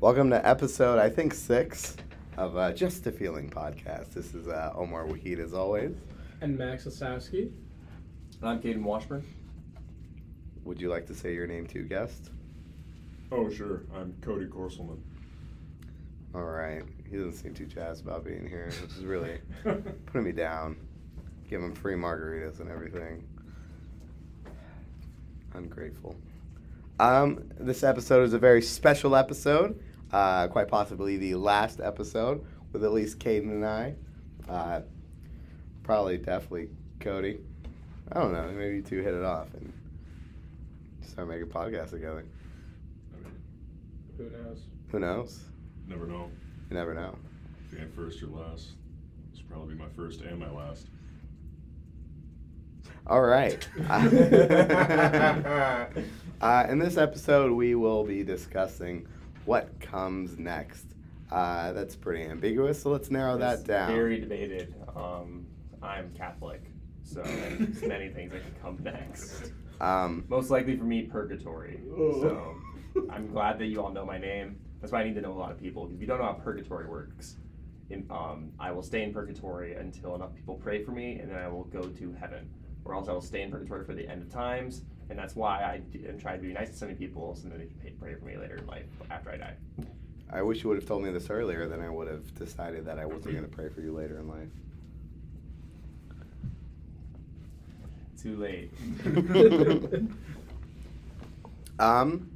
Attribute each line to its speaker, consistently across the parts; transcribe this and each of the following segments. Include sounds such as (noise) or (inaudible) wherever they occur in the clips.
Speaker 1: Welcome to episode, I think, six of uh, Just a Feeling podcast. This is uh, Omar Wahid, as always.
Speaker 2: And Max Osowski.
Speaker 3: And I'm Caden Washburn.
Speaker 1: Would you like to say your name too, guest?
Speaker 4: Oh, sure. I'm Cody Corselman.
Speaker 1: All right. He doesn't seem too jazzed about being here, which
Speaker 4: (laughs)
Speaker 1: is really putting me down. Give him free margaritas and everything. Ungrateful. Um, this episode is a very special episode, uh, quite possibly the last episode with at least Caden and I. Uh, probably, definitely Cody. I don't know. Maybe you two hit it off and start making podcasts together.
Speaker 4: I mean,
Speaker 2: Who knows?
Speaker 1: Who knows?
Speaker 4: never know.
Speaker 1: You never know.
Speaker 4: If you ain't first or last, this will probably be my first and my last.
Speaker 1: All right.
Speaker 3: (laughs)
Speaker 1: uh, in this episode, we will be discussing what comes next. Uh, that's pretty ambiguous, so let's narrow
Speaker 3: It's
Speaker 1: that down.
Speaker 3: Very debated. Um, I'm Catholic,
Speaker 4: (laughs)
Speaker 3: so there's many things that can come
Speaker 1: (laughs)
Speaker 3: next.
Speaker 1: Um,
Speaker 3: Most likely for me, purgatory.
Speaker 4: Oh.
Speaker 3: So I'm glad that you all know my name. That's why I need to know a lot of people. If you don't know how purgatory works, in, um, I will stay in purgatory until enough people pray for me, and then I will go to heaven. Or else I will stay in purgatory for the end of times, and that's why I d- am trying to be nice to so many people so that they can pay, pray for me later in life after I die.
Speaker 1: I wish you would have told me this earlier, then I would have decided that I wasn't going to pray for you later in life.
Speaker 2: (laughs)
Speaker 3: Too late.
Speaker 1: Um,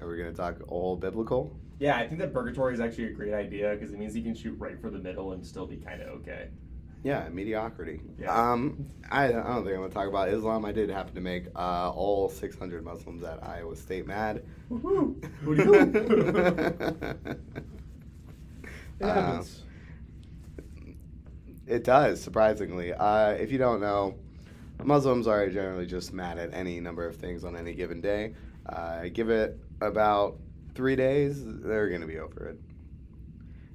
Speaker 1: are we going to talk all biblical?
Speaker 3: Yeah, I think that purgatory is actually a great idea because it means you can shoot right for the middle and still be kind of okay. (laughs)
Speaker 1: Yeah, mediocrity.
Speaker 3: Yeah.
Speaker 1: Um, I, I don't think I'm going to talk about Islam. I did happen to make uh, all 600 Muslims at Iowa State mad. (laughs)
Speaker 2: It
Speaker 1: Uh,
Speaker 2: happens.
Speaker 1: It does, surprisingly. Uh, if you don't know, Muslims are generally just mad at any number of things on any given day. Uh, give it about three days, they're going to be over it.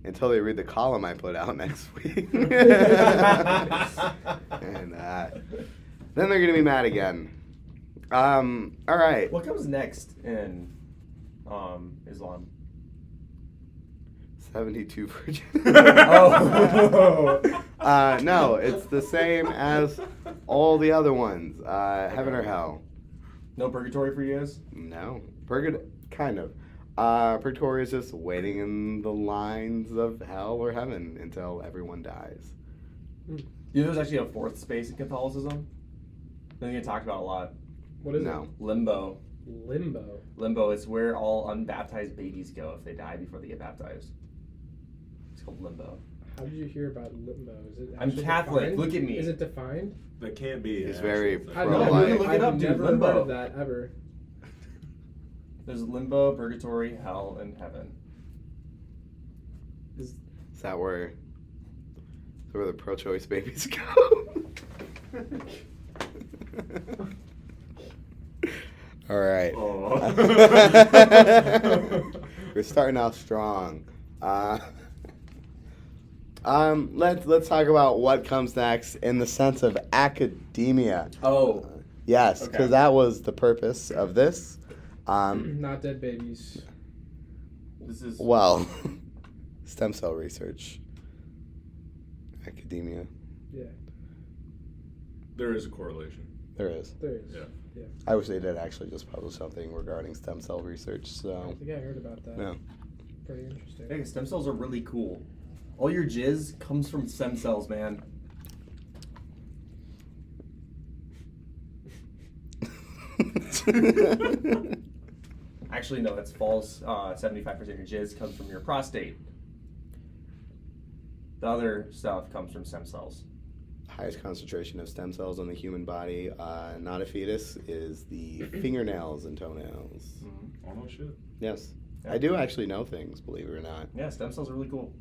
Speaker 1: Until they read the column I put out (laughs) next week.
Speaker 3: (laughs)
Speaker 1: and uh, then they're going to be mad again. Um, all right.
Speaker 3: What comes next in um, Islam?
Speaker 1: 72 virgin.
Speaker 3: (laughs) Oh.
Speaker 1: Um, (laughs) uh, no, it's the same as all the other ones. Uh, heaven or hell.
Speaker 3: No purgatory for you guys?
Speaker 1: No. Purgatory, kind of. Uh, purgatory is just waiting in the lines of hell or heaven until everyone dies.
Speaker 3: You know, there's actually a fourth space in Catholicism. Then you get talked about a lot.
Speaker 2: What is
Speaker 1: no.
Speaker 3: Limbo.
Speaker 2: it? Limbo.
Speaker 3: Limbo is where all unbaptized babies go if they die before they get baptized. It's called limbo.
Speaker 2: How did you hear about limbo? Is it
Speaker 3: I'm
Speaker 2: actually
Speaker 3: Catholic.
Speaker 2: defined?
Speaker 3: Look at me.
Speaker 2: Is it defined?
Speaker 4: That can't be.
Speaker 1: He's very
Speaker 2: I've
Speaker 1: Well,
Speaker 2: never-
Speaker 1: like-
Speaker 2: I've
Speaker 3: Look it up, dude.
Speaker 2: never heard
Speaker 3: Limbo.
Speaker 2: of that ever.
Speaker 3: There's limbo, purgatory, hell, and heaven.
Speaker 1: Is that where, is that where the pro choice babies go? (laughs) All right. (laughs) We're starting off strong. Uh, um, let's let's talk about what comes next in the sense of academia.
Speaker 3: Oh,
Speaker 1: Yes, because
Speaker 3: Okay.
Speaker 1: that was the purpose of this. Um,
Speaker 2: (clears throat) Not dead babies.
Speaker 3: this is
Speaker 1: well, (laughs) stem cell research, academia.
Speaker 4: There is a correlation.
Speaker 1: There is.
Speaker 2: There is.
Speaker 4: Yeah.
Speaker 1: I wish they did actually just publish something regarding stem cell research.
Speaker 2: I (laughs)
Speaker 1: So
Speaker 2: think I heard about that.
Speaker 1: Um, Yeah.
Speaker 2: Pretty interesting.
Speaker 3: Hey, stem cells are really cool. All your jizz comes from stem cells, man. Actually, no, that's false. Uh, 75% of your jizz comes from your prostate. The other stuff comes from stem cells.
Speaker 1: highest concentration of stem cells in the human body, uh, not a fetus, is the fingernails and toenails.
Speaker 4: Oh no shit.
Speaker 1: Yes, Mm-hmm. I do actually know things, believe it or not.
Speaker 3: Yeah, stem cells are really cool.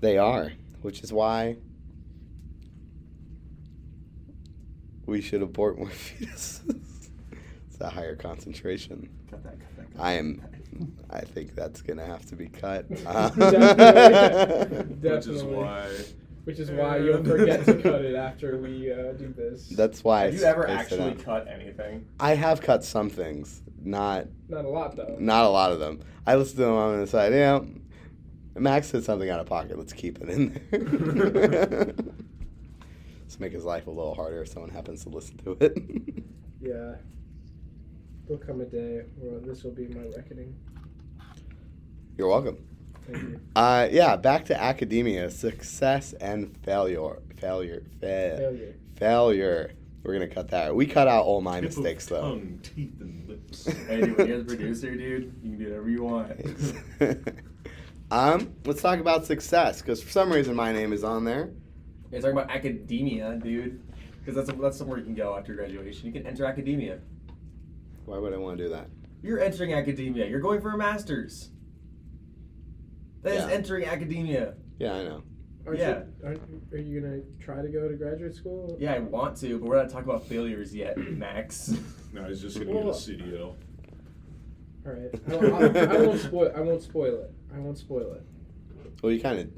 Speaker 1: They are, which is why we should abort more (laughs) fetuses. it's a higher concentration.
Speaker 3: Cut that, cut that, cut
Speaker 1: I am.
Speaker 3: that.
Speaker 1: I think that's gonna have to be cut. (laughs)
Speaker 2: Definitely.
Speaker 4: Which is
Speaker 2: Definitely.
Speaker 4: why.
Speaker 2: Which is why you'll forget to cut it after we uh, do this.
Speaker 1: that's why. I
Speaker 3: Have you ever
Speaker 1: spaced it
Speaker 3: actually
Speaker 1: out.
Speaker 3: cut anything?
Speaker 1: I have cut some things. not
Speaker 2: Not a lot though.
Speaker 1: not a lot of them. I listened to them on the side. Yeah, Max said something out of pocket. Let's keep it in
Speaker 3: (laughs)
Speaker 1: there. Let's make his life a little harder if someone happens to listen to it. (laughs)
Speaker 2: Yeah. There'll come a day where this will be my reckoning.
Speaker 1: You're welcome.
Speaker 2: Thank you.
Speaker 1: Uh, yeah, back to academia. Success and failure. Failure. Fa-
Speaker 2: Failure.
Speaker 1: failure. We're gonna cut that. We cut out all my
Speaker 5: Tip of
Speaker 1: mistakes though.
Speaker 5: Tongue, teeth, and lips.
Speaker 3: hey, dude, when you're the producer, dude, you can do whatever
Speaker 1: (laughs)
Speaker 3: you want.
Speaker 1: Thanks. (laughs) um, let's talk about success because for some reason my name is on there.
Speaker 3: You're talking about academia, dude. Because that's, that's somewhere you can go after graduation. You can enter academia.
Speaker 1: Why would I want to do that?
Speaker 3: You're entering academia. You're going for a master's. That is
Speaker 1: Yeah.
Speaker 3: entering academia.
Speaker 1: Yeah, I know.
Speaker 2: Aren't
Speaker 3: Yeah.
Speaker 2: You, aren't, are you gonna try to go to graduate school?
Speaker 3: Yeah, I want to, but we're not talking about failures
Speaker 1: (clears throat)
Speaker 3: yet, Max.
Speaker 5: No, he's just gonna get a
Speaker 2: Well-
Speaker 5: CDL.
Speaker 2: All right. I, I, I won't spoil. I won't spoil it. I won't spoil it.
Speaker 1: Well, you kind of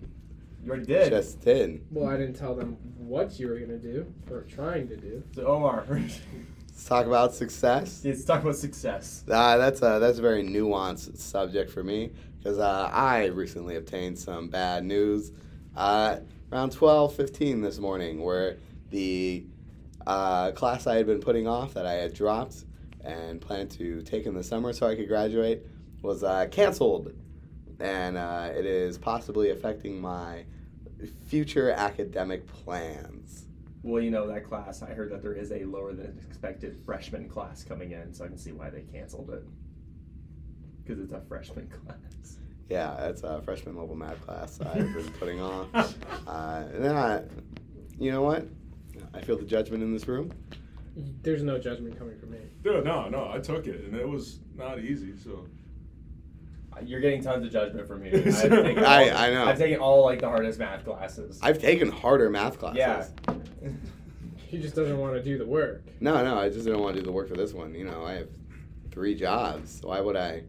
Speaker 3: You already did.
Speaker 1: just did.
Speaker 2: Well, I didn't tell them what you were gonna do or trying to do.
Speaker 3: So Omar, (laughs)
Speaker 1: Let's talk about success.
Speaker 3: let's talk about success.
Speaker 1: Uh, that's a that's a very nuanced subject for me because uh, I recently obtained some bad news uh, around 12:15 this morning, where the uh, class I had been putting off that I had dropped and planned to take in the summer so I could graduate was uh, canceled, and uh, it is possibly affecting my future academic plans.
Speaker 3: Well, you know that class. I heard that there is a lower than expected freshman class coming in, so I can see why they canceled it. Because it's a freshman (laughs) class.
Speaker 1: Yeah, that's a freshman level math class I've
Speaker 5: (laughs)
Speaker 1: been putting
Speaker 3: (laughs)
Speaker 1: off. Uh, and then I, you know what? I feel the judgment in this room.
Speaker 2: There's no judgment coming from me.
Speaker 5: Dude, no, no, I took it, and it was not easy. So
Speaker 3: You're getting tons of judgment from
Speaker 1: (laughs)
Speaker 3: me. I've taken all-
Speaker 1: I- I know.
Speaker 3: I've taken all like the hardest math classes.
Speaker 1: I've taken harder math classes.
Speaker 3: yeah.
Speaker 1: (laughs)
Speaker 2: He just doesn't want to do the work.
Speaker 1: No, no, I just didn't want to do the work for this one. You know, I have three jobs. Why would I?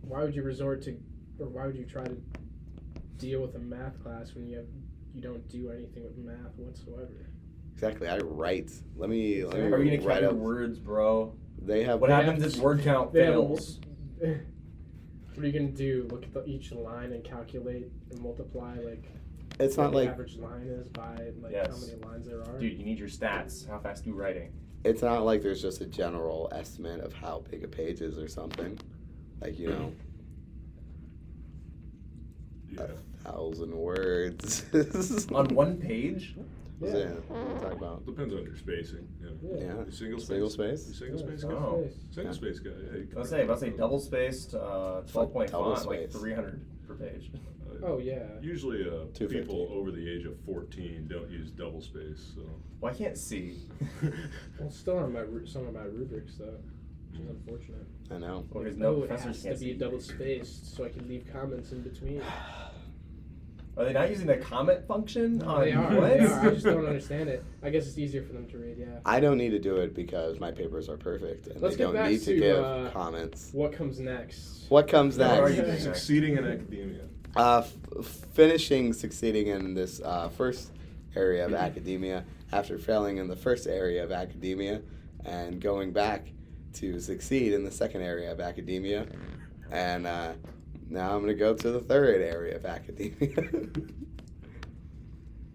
Speaker 2: Why would you resort to, or why would you try to deal with a math class when you have you don't do anything with math whatsoever?
Speaker 1: Exactly, I write. Let me. Let me
Speaker 3: Are you gonna
Speaker 1: write
Speaker 3: count your
Speaker 1: up-
Speaker 3: words, bro?
Speaker 1: They have.
Speaker 3: What
Speaker 2: They
Speaker 3: happens
Speaker 2: have-
Speaker 3: if word count
Speaker 2: they have a-
Speaker 3: fails?
Speaker 2: (laughs) what are you gonna do? Look at the, each line and calculate and multiply like
Speaker 1: It's
Speaker 2: what
Speaker 1: not
Speaker 2: the
Speaker 1: like
Speaker 2: average line is by like how
Speaker 3: Yes.
Speaker 2: many lines there are.
Speaker 3: Dude, you need your stats. How fast you writing?
Speaker 1: it's not like there's just a general estimate of how big a page is or something. Like you know,
Speaker 5: yeah,
Speaker 1: Uh, thousand words. (laughs)
Speaker 3: On one page?
Speaker 1: Yeah. Talk about.
Speaker 5: depends on your spacing. Yeah,
Speaker 1: Yeah.
Speaker 5: You single space.
Speaker 1: Single space.
Speaker 5: You single
Speaker 2: Yeah,
Speaker 5: space guy.
Speaker 3: Oh.
Speaker 2: single space.
Speaker 1: Yeah.
Speaker 5: Single space guy. Yeah, you can
Speaker 3: Let's
Speaker 5: work
Speaker 3: say,
Speaker 5: with
Speaker 3: let's say
Speaker 5: those.
Speaker 3: double spaced, uh, 12 point
Speaker 1: double
Speaker 3: font, like
Speaker 1: spaced.
Speaker 3: 300 per page.
Speaker 5: Uh,
Speaker 2: Oh yeah.
Speaker 5: Usually, uh,
Speaker 1: 250.
Speaker 5: people over the age of 14 don't use double space. So,
Speaker 3: Well, I can't see.
Speaker 2: (laughs) Well, still on my ru- some of my rubrics though, which is unfortunate. oh,
Speaker 1: I know.
Speaker 3: Well, there's no
Speaker 2: it has
Speaker 3: professors
Speaker 2: to
Speaker 3: can't
Speaker 2: be
Speaker 3: see. (laughs)
Speaker 2: double spaced so I can leave comments in between.
Speaker 3: Are they not using the comment function? on
Speaker 2: they are.
Speaker 3: What?
Speaker 2: They are. I just don't (laughs) understand it. I guess it's easier for them to read. Yeah.
Speaker 1: I don't need to do it because my papers are perfect and
Speaker 2: Let's
Speaker 1: they
Speaker 2: get
Speaker 1: don't
Speaker 2: back
Speaker 1: need to,
Speaker 2: to,
Speaker 1: give
Speaker 2: uh,
Speaker 1: comments.
Speaker 2: What comes next?
Speaker 1: What comes
Speaker 3: What are
Speaker 1: next?
Speaker 3: you doing next?
Speaker 5: succeeding in academia.
Speaker 1: Uh, f- finishing succeeding in this uh, first area of
Speaker 2: Mm-hmm.
Speaker 1: academia after failing in the first area of academia and going back to succeed in the second area of academia. And uh, now I'm going to go to the third area of academia. (laughs)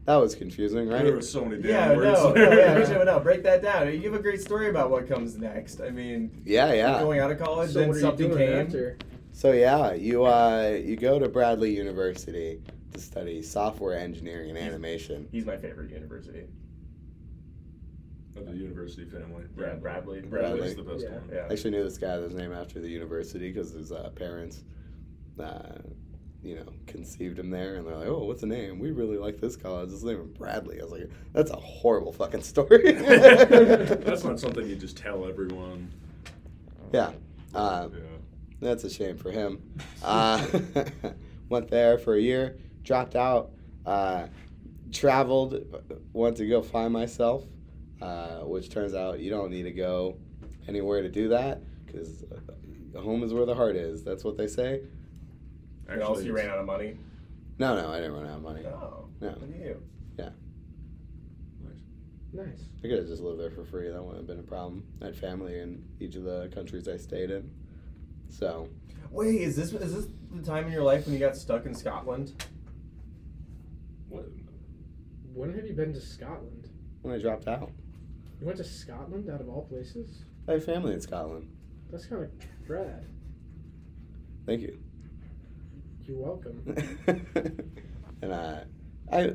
Speaker 1: that was confusing, right?
Speaker 5: There were so many damn
Speaker 3: Yeah,
Speaker 5: words.
Speaker 3: no, no,
Speaker 5: there.
Speaker 3: yeah,
Speaker 5: (laughs)
Speaker 3: actually, no, break that down. You have a great story about what comes next. I mean,
Speaker 1: Yeah, yeah.
Speaker 3: going out of college,
Speaker 2: So
Speaker 3: then
Speaker 2: what are you
Speaker 3: something
Speaker 2: doing
Speaker 3: came.
Speaker 2: after?
Speaker 1: So yeah, you uh, you go to Bradley University to study software engineering and animation.
Speaker 3: He's my favorite university.
Speaker 5: Of the university family.
Speaker 3: Yeah, Bradley.
Speaker 5: Bradley's the best
Speaker 2: Yeah.
Speaker 5: one.
Speaker 1: I
Speaker 3: Yeah.
Speaker 1: actually knew this guy that was named after the university because his uh, parents, uh, you know, conceived him there, and they're like, "Oh, what's the name? We really like this college. Let's name him Bradley." I was like, "That's a horrible fucking (laughs)
Speaker 5: (laughs)
Speaker 1: story." (laughs)
Speaker 5: That's not something you just tell everyone.
Speaker 1: yeah, uh,
Speaker 5: yeah.
Speaker 1: that's a shame for him. Uh, (laughs) went there for a year, dropped out, uh, traveled, went to go find myself, uh, which turns out you don't need to go anywhere to do that because home is where the heart is. That's what they say.
Speaker 3: Actually, also, you ran out of money. Oh,
Speaker 1: No, no, I didn't run out of money.
Speaker 3: No.
Speaker 1: No.
Speaker 3: Look at you.
Speaker 2: Nice.
Speaker 1: I could have just lived there for free. That wouldn't have been a problem. I had family in each of the countries I stayed in. So,
Speaker 3: Wait, is this is this the time in your life when you got stuck in Scotland?
Speaker 5: What?
Speaker 2: When have you been to Scotland?
Speaker 1: when I dropped out,
Speaker 2: You went to Scotland out of all places?
Speaker 1: I have family in Scotland.
Speaker 2: That's kind of rad.
Speaker 1: Thank you.
Speaker 2: You're welcome.
Speaker 1: (laughs) and I, I,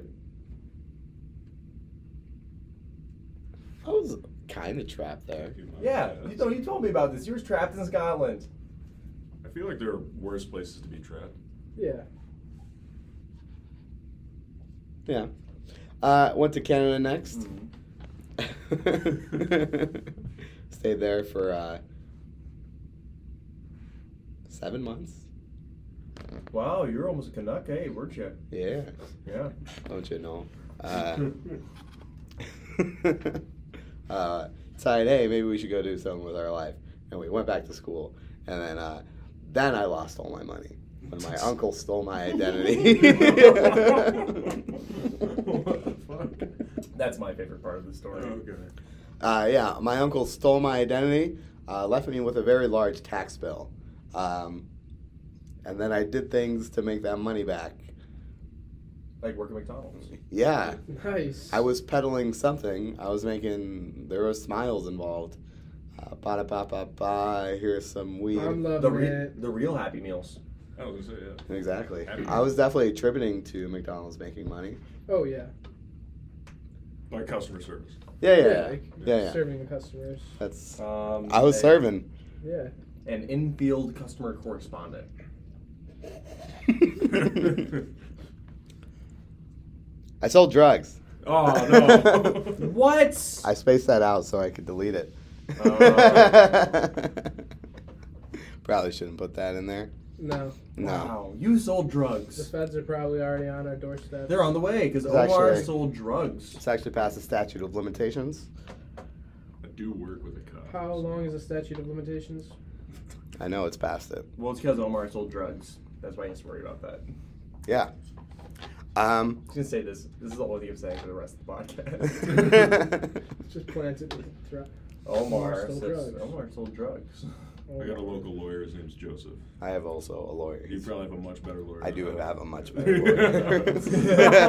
Speaker 1: I was kind of trapped there.
Speaker 5: Dude, my
Speaker 3: Yeah,
Speaker 5: bad.
Speaker 3: you, know, you told me about this. You were trapped in Scotland.
Speaker 5: I feel like there are worse places to be trapped.
Speaker 2: Yeah.
Speaker 1: Yeah. Uh, went to Canada next. (laughs) Stayed there for uh, seven months.
Speaker 3: Wow, you're almost a Canuck, hey, weren't you?
Speaker 1: Yeah,
Speaker 3: Yeah.
Speaker 1: don't you know? Uh, (laughs) uh, decided, hey, maybe we should go do something with our life. And we went back to school. And then, uh, then I lost all my money when my uncle stole my identity. (laughs)
Speaker 5: what the fuck?
Speaker 3: (laughs) That's my favorite part of the
Speaker 1: Oh,
Speaker 3: story.
Speaker 5: Okay.
Speaker 1: uh, yeah, my uncle stole my identity, uh, left me with a very large tax bill. Um, and then I did things to make that money back.
Speaker 3: Like work at McDonald's.
Speaker 1: Yeah,
Speaker 2: Nice.
Speaker 1: I was peddling something. I was making, there were smiles involved. Uh, ba da ba ba ba, here's some weed.
Speaker 2: I'm
Speaker 3: The,
Speaker 2: loving
Speaker 3: re-
Speaker 2: it.
Speaker 3: the real Happy Meals.
Speaker 5: I was gonna say yeah.
Speaker 1: Exactly.
Speaker 5: Happy
Speaker 1: I was definitely attributing to McDonald's making money.
Speaker 2: Oh yeah.
Speaker 5: Like
Speaker 1: (laughs)
Speaker 5: customer service. (laughs)
Speaker 1: Yeah, yeah, yeah.
Speaker 2: like
Speaker 1: yeah, yeah.
Speaker 2: Serving the customers.
Speaker 1: That's.
Speaker 3: Um,
Speaker 1: I was
Speaker 3: a-
Speaker 1: serving.
Speaker 2: Yeah.
Speaker 3: An infield customer correspondent.
Speaker 5: (laughs)
Speaker 1: I sold drugs.
Speaker 5: oh
Speaker 1: (laughs)
Speaker 5: no.
Speaker 3: What?
Speaker 1: I spaced that out so I could delete it. (laughs) Probably shouldn't put that in there.
Speaker 2: No.
Speaker 1: No.
Speaker 3: Wow, you sold
Speaker 2: The
Speaker 3: drugs.
Speaker 2: feds are probably already on our doorstep.
Speaker 3: They're on the way because
Speaker 1: It's
Speaker 3: Omar
Speaker 1: actually-
Speaker 3: sold drugs.
Speaker 1: It's actually past the statute of limitations.
Speaker 5: I do work with a cop.
Speaker 2: How long is the statute of limitations?
Speaker 1: I know it's past it.
Speaker 3: Well, it's because Omar sold drugs. That's why he has to worry about that. I
Speaker 1: Yeah. Um,
Speaker 3: was gonna say this. This is all you're saying for the rest of the
Speaker 1: (laughs)
Speaker 3: podcast.
Speaker 1: I
Speaker 2: Just planted throughout.
Speaker 3: Omar,
Speaker 2: Omar sold
Speaker 3: says-
Speaker 2: drugs.
Speaker 3: Omar sold
Speaker 1: (laughs)
Speaker 3: drugs.
Speaker 5: I got a local lawyer. His name's Joseph.
Speaker 1: have also a lawyer.
Speaker 5: You probably have a much better lawyer.
Speaker 1: I
Speaker 5: than
Speaker 1: do
Speaker 5: I
Speaker 1: have a
Speaker 5: (laughs)
Speaker 1: much better lawyer.
Speaker 3: (laughs)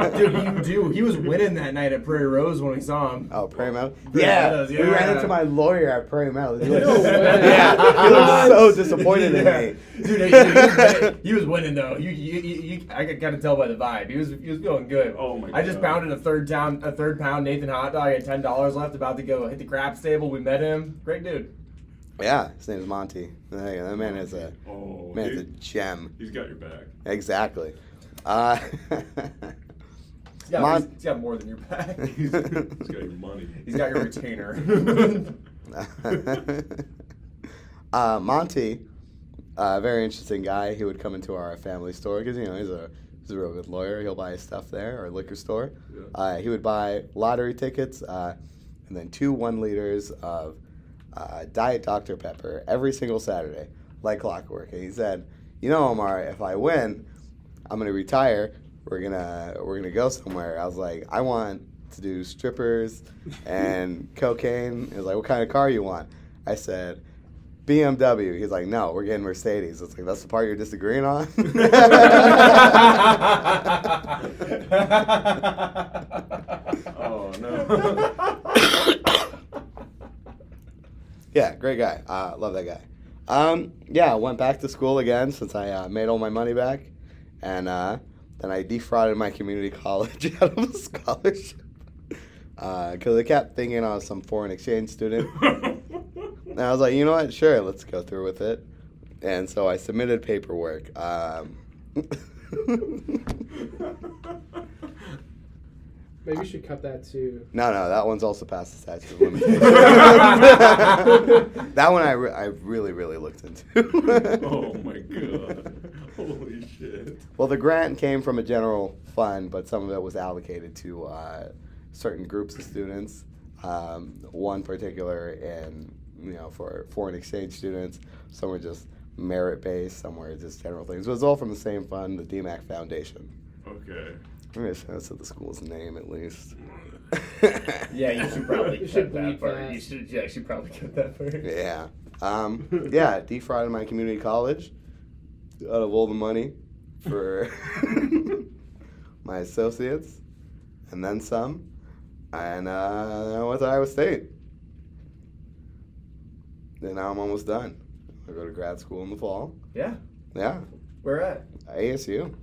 Speaker 3: Dude, you do. He was winning that night at Prairie Rose when we saw him.
Speaker 1: Oh,
Speaker 3: (laughs)
Speaker 1: Prairie Meadows?
Speaker 3: Prairie
Speaker 1: yeah.
Speaker 3: Meadows,
Speaker 1: We
Speaker 3: yeah.
Speaker 1: ran into my lawyer at Prairie Meadows. He (laughs)
Speaker 2: No
Speaker 1: looked,
Speaker 2: way.
Speaker 1: yeah, (laughs) he looked so disappointed
Speaker 3: Yeah.
Speaker 1: in me.
Speaker 3: Dude, he, he was
Speaker 1: (laughs)
Speaker 3: winning- he was winning though. You, you, you, you- I could kind of tell by the vibe. He was, he was feeling good.
Speaker 5: Oh my
Speaker 3: I just
Speaker 5: God.
Speaker 3: pounded a third down, a third pound Nathan hot dog. I had ten dollars left, about to go hit the crap stable. We met him. Great dude.
Speaker 1: yeah, his name's Monty. There you go. That man is a
Speaker 5: Oh,
Speaker 1: man is a
Speaker 5: dude,
Speaker 1: gem.
Speaker 5: he's got your back.
Speaker 1: Exactly. Uh, (laughs)
Speaker 3: He's got,
Speaker 1: Mon-
Speaker 3: he's got more than
Speaker 1: (laughs)
Speaker 3: your back.
Speaker 5: He's, he's got your money.
Speaker 3: He's got your retainer.
Speaker 1: (laughs) uh, Monty, uh, very interesting guy. He would come into our family store because you know he's a he's a real good lawyer. He'll buy his stuff there or liquor store.
Speaker 5: Yeah.
Speaker 1: Uh, he would buy lottery tickets uh, and then two one liters of uh, Diet Dr Pepper every single Saturday, like clockwork. And he said, "You know, Omar, if I win, I'm gonna retire. We're gonna we're gonna go somewhere." I was like, "I want." To do strippers and cocaine. He was like, "What kind of car you want?" I said, BMW. He's like, no, we're getting Mercedes. It's like, that's the part you're disagreeing on? (laughs)
Speaker 3: oh
Speaker 1: yeah, great guy. Uh, love that guy. Um, yeah, went back to school again since I uh, made all my money back. And uh, then I defrauded my community (laughs) college out of a scholarship. Because they kept thinking I was some foreign exchange student. (laughs)
Speaker 5: (laughs)
Speaker 1: And I was like, you know what? Sure, let's go through with it. And so I submitted paperwork. Um, (laughs)
Speaker 2: Maybe you should cut that too.
Speaker 1: No, no, that one's also past the statute of limitations. (laughs) that one I, re- I really, really looked into.
Speaker 5: oh
Speaker 3: (laughs)
Speaker 5: my god. Holy shit.
Speaker 1: Well, the grant came from a general fund, but some of it was allocated to uh, certain groups of students. Um, one particular, and you know, for foreign exchange students, some were just merit based, some were just general things. But it's all from the same fund, the DMAC Foundation.
Speaker 5: Okay.
Speaker 1: I'm gonna shout out to the school's name at least.
Speaker 6: Yeah, you should probably
Speaker 2: You
Speaker 6: cut
Speaker 2: should
Speaker 6: that
Speaker 2: bleep
Speaker 6: part.
Speaker 2: that.
Speaker 6: You should, yeah, you should probably cut that part.
Speaker 1: Yeah. Um, yeah, defrauded my community college out of all the money for my associates and then some. And uh, I went to Iowa State. Then now I'm almost done. I go to grad school in the fall.
Speaker 6: Yeah.
Speaker 1: Yeah,
Speaker 6: Where at?
Speaker 1: ASU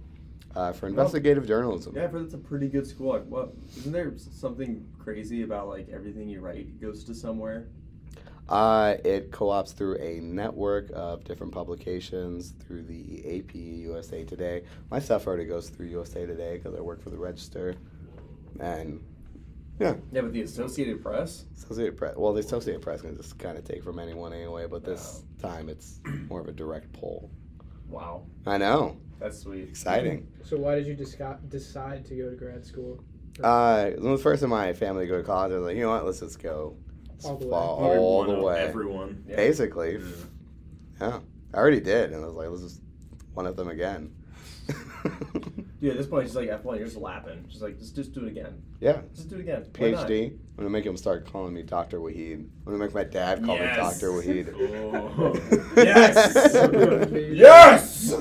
Speaker 1: uh, for investigative journalism.
Speaker 3: Yeah, I've heard it's a pretty good school. Like, what? Isn't there s- something crazy about like everything you write goes to somewhere?
Speaker 1: Uh, it co-ops through a network of different publications through the AP, USA Today. My stuff already goes through USA Today because I work for the Register and
Speaker 3: Yeah, but the Associated Press.
Speaker 1: Associated Press. Well, the Associated Press can just kind of take from anyone anyway, but this time it's more of a direct poll.
Speaker 3: Wow,
Speaker 1: I know,
Speaker 3: that's sweet.
Speaker 1: exciting.
Speaker 2: So why did you disco- decide to go to grad school?
Speaker 1: Uh, when the first in my family to go to college, I was like, you know what, let's just go
Speaker 2: All the way.
Speaker 1: fall
Speaker 5: Every
Speaker 1: all
Speaker 5: one
Speaker 1: the
Speaker 5: of
Speaker 1: way.
Speaker 5: Everyone.
Speaker 3: Yeah.
Speaker 1: Basically,
Speaker 5: Yeah.
Speaker 1: I already did, and I was like, let's just one of them again. (laughs)
Speaker 3: Dude, at this point, she's like, at one, you're just lapping. She's like, just, just do it again.
Speaker 1: yeah.
Speaker 3: Just do it again. Why not?
Speaker 1: PhD. I'm gonna make him start calling me Doctor Wahid. I'm gonna make my dad call
Speaker 3: Yes.
Speaker 1: me Doctor Wahid.
Speaker 5: Oh.
Speaker 3: (laughs)
Speaker 1: (laughs)
Speaker 2: Yes!
Speaker 3: Yes!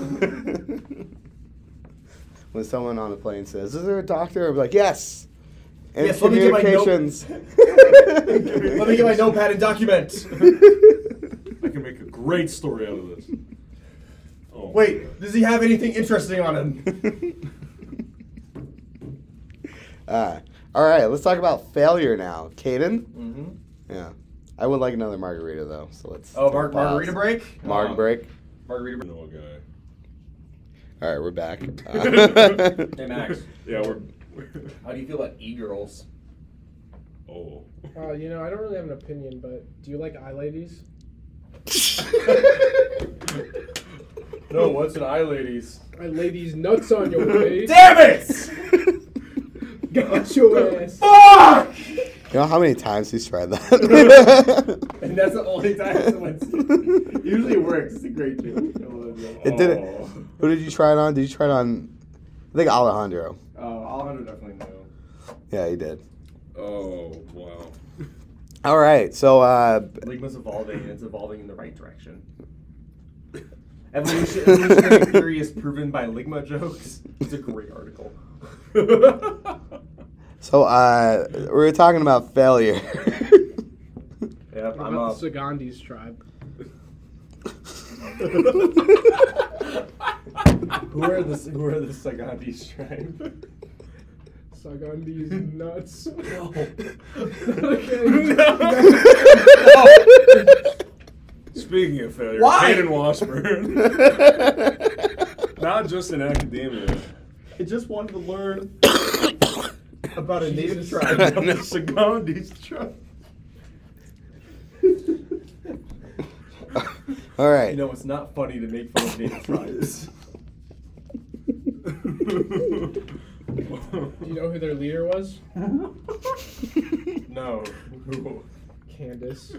Speaker 1: when someone on the plane says, "Is there a doctor?" I'm like, "Yes." And
Speaker 3: Yes, let me get my note-
Speaker 1: communications.
Speaker 3: (laughs) Let me get my notepad
Speaker 1: (laughs)
Speaker 3: and document.
Speaker 5: I can make a great story out of this. Oh, my
Speaker 3: Wait,
Speaker 5: God.
Speaker 3: does
Speaker 5: (laughs)
Speaker 3: he have anything interesting on him?
Speaker 1: Ah, all right, let's talk about failure now, Caden.
Speaker 3: Mm-hmm.
Speaker 1: Yeah, I would like another margarita though. So let's.
Speaker 3: Oh,
Speaker 1: take a
Speaker 3: Mark,
Speaker 1: pause.
Speaker 3: margarita break.
Speaker 1: Marg
Speaker 3: Oh.
Speaker 1: break.
Speaker 3: Margarita
Speaker 5: I
Speaker 3: break.
Speaker 5: know a guy.
Speaker 1: All right, we're
Speaker 3: (laughs)
Speaker 1: back. Uh,
Speaker 5: (laughs)
Speaker 3: Hey Max,
Speaker 5: Yeah, we're. we're-
Speaker 3: how do you feel about e-girls?
Speaker 5: Oh.
Speaker 2: Uh, you know, I don't really have an opinion, but do you like eye ladies?
Speaker 3: (laughs) No, what's an eye, ladies?
Speaker 2: I ladies nuts on
Speaker 3: (laughs)
Speaker 2: your face.
Speaker 3: Damn it!
Speaker 2: Got your ass.
Speaker 3: Fuck!
Speaker 1: You know how many times he's tried that?
Speaker 3: (laughs) And that's the only time someone's. Usually works. It's a great joke. I love
Speaker 1: It didn't-
Speaker 5: Oh,
Speaker 1: Who did you try it on? Did you try it on? I think Alejandro.
Speaker 3: Oh, Alejandro definitely knew.
Speaker 1: Yeah, he did.
Speaker 5: Oh, wow.
Speaker 1: All right, so uh,
Speaker 3: League was evolving, and it's evolving in the right direction. Evolution, evolutionary theory is proven by Ligma jokes. It's a great article.
Speaker 1: so uh, we were talking about failure. (laughs)
Speaker 3: yep,
Speaker 2: What
Speaker 3: I'm
Speaker 2: about
Speaker 3: up.
Speaker 2: the Sagandi's tribe?
Speaker 3: Who are the who are the Sagandi tribe?
Speaker 2: Sagandi's
Speaker 3: (laughs)
Speaker 2: nuts.
Speaker 5: Oh.
Speaker 3: No.
Speaker 5: (laughs) Speaking of failure,
Speaker 3: Why?
Speaker 5: Hayden Washburn.
Speaker 1: (laughs)
Speaker 5: Not just in academia.
Speaker 3: I just wanted to
Speaker 5: (coughs)
Speaker 3: learn about a native tribe.
Speaker 1: No.
Speaker 5: Sagandi's truck.
Speaker 1: All right.
Speaker 3: You know, it's not funny to make fun of native tribes.
Speaker 2: Do (laughs) you know
Speaker 3: (laughs)
Speaker 5: (laughs)
Speaker 2: who their leader was?
Speaker 3: (laughs) No.
Speaker 2: Candace.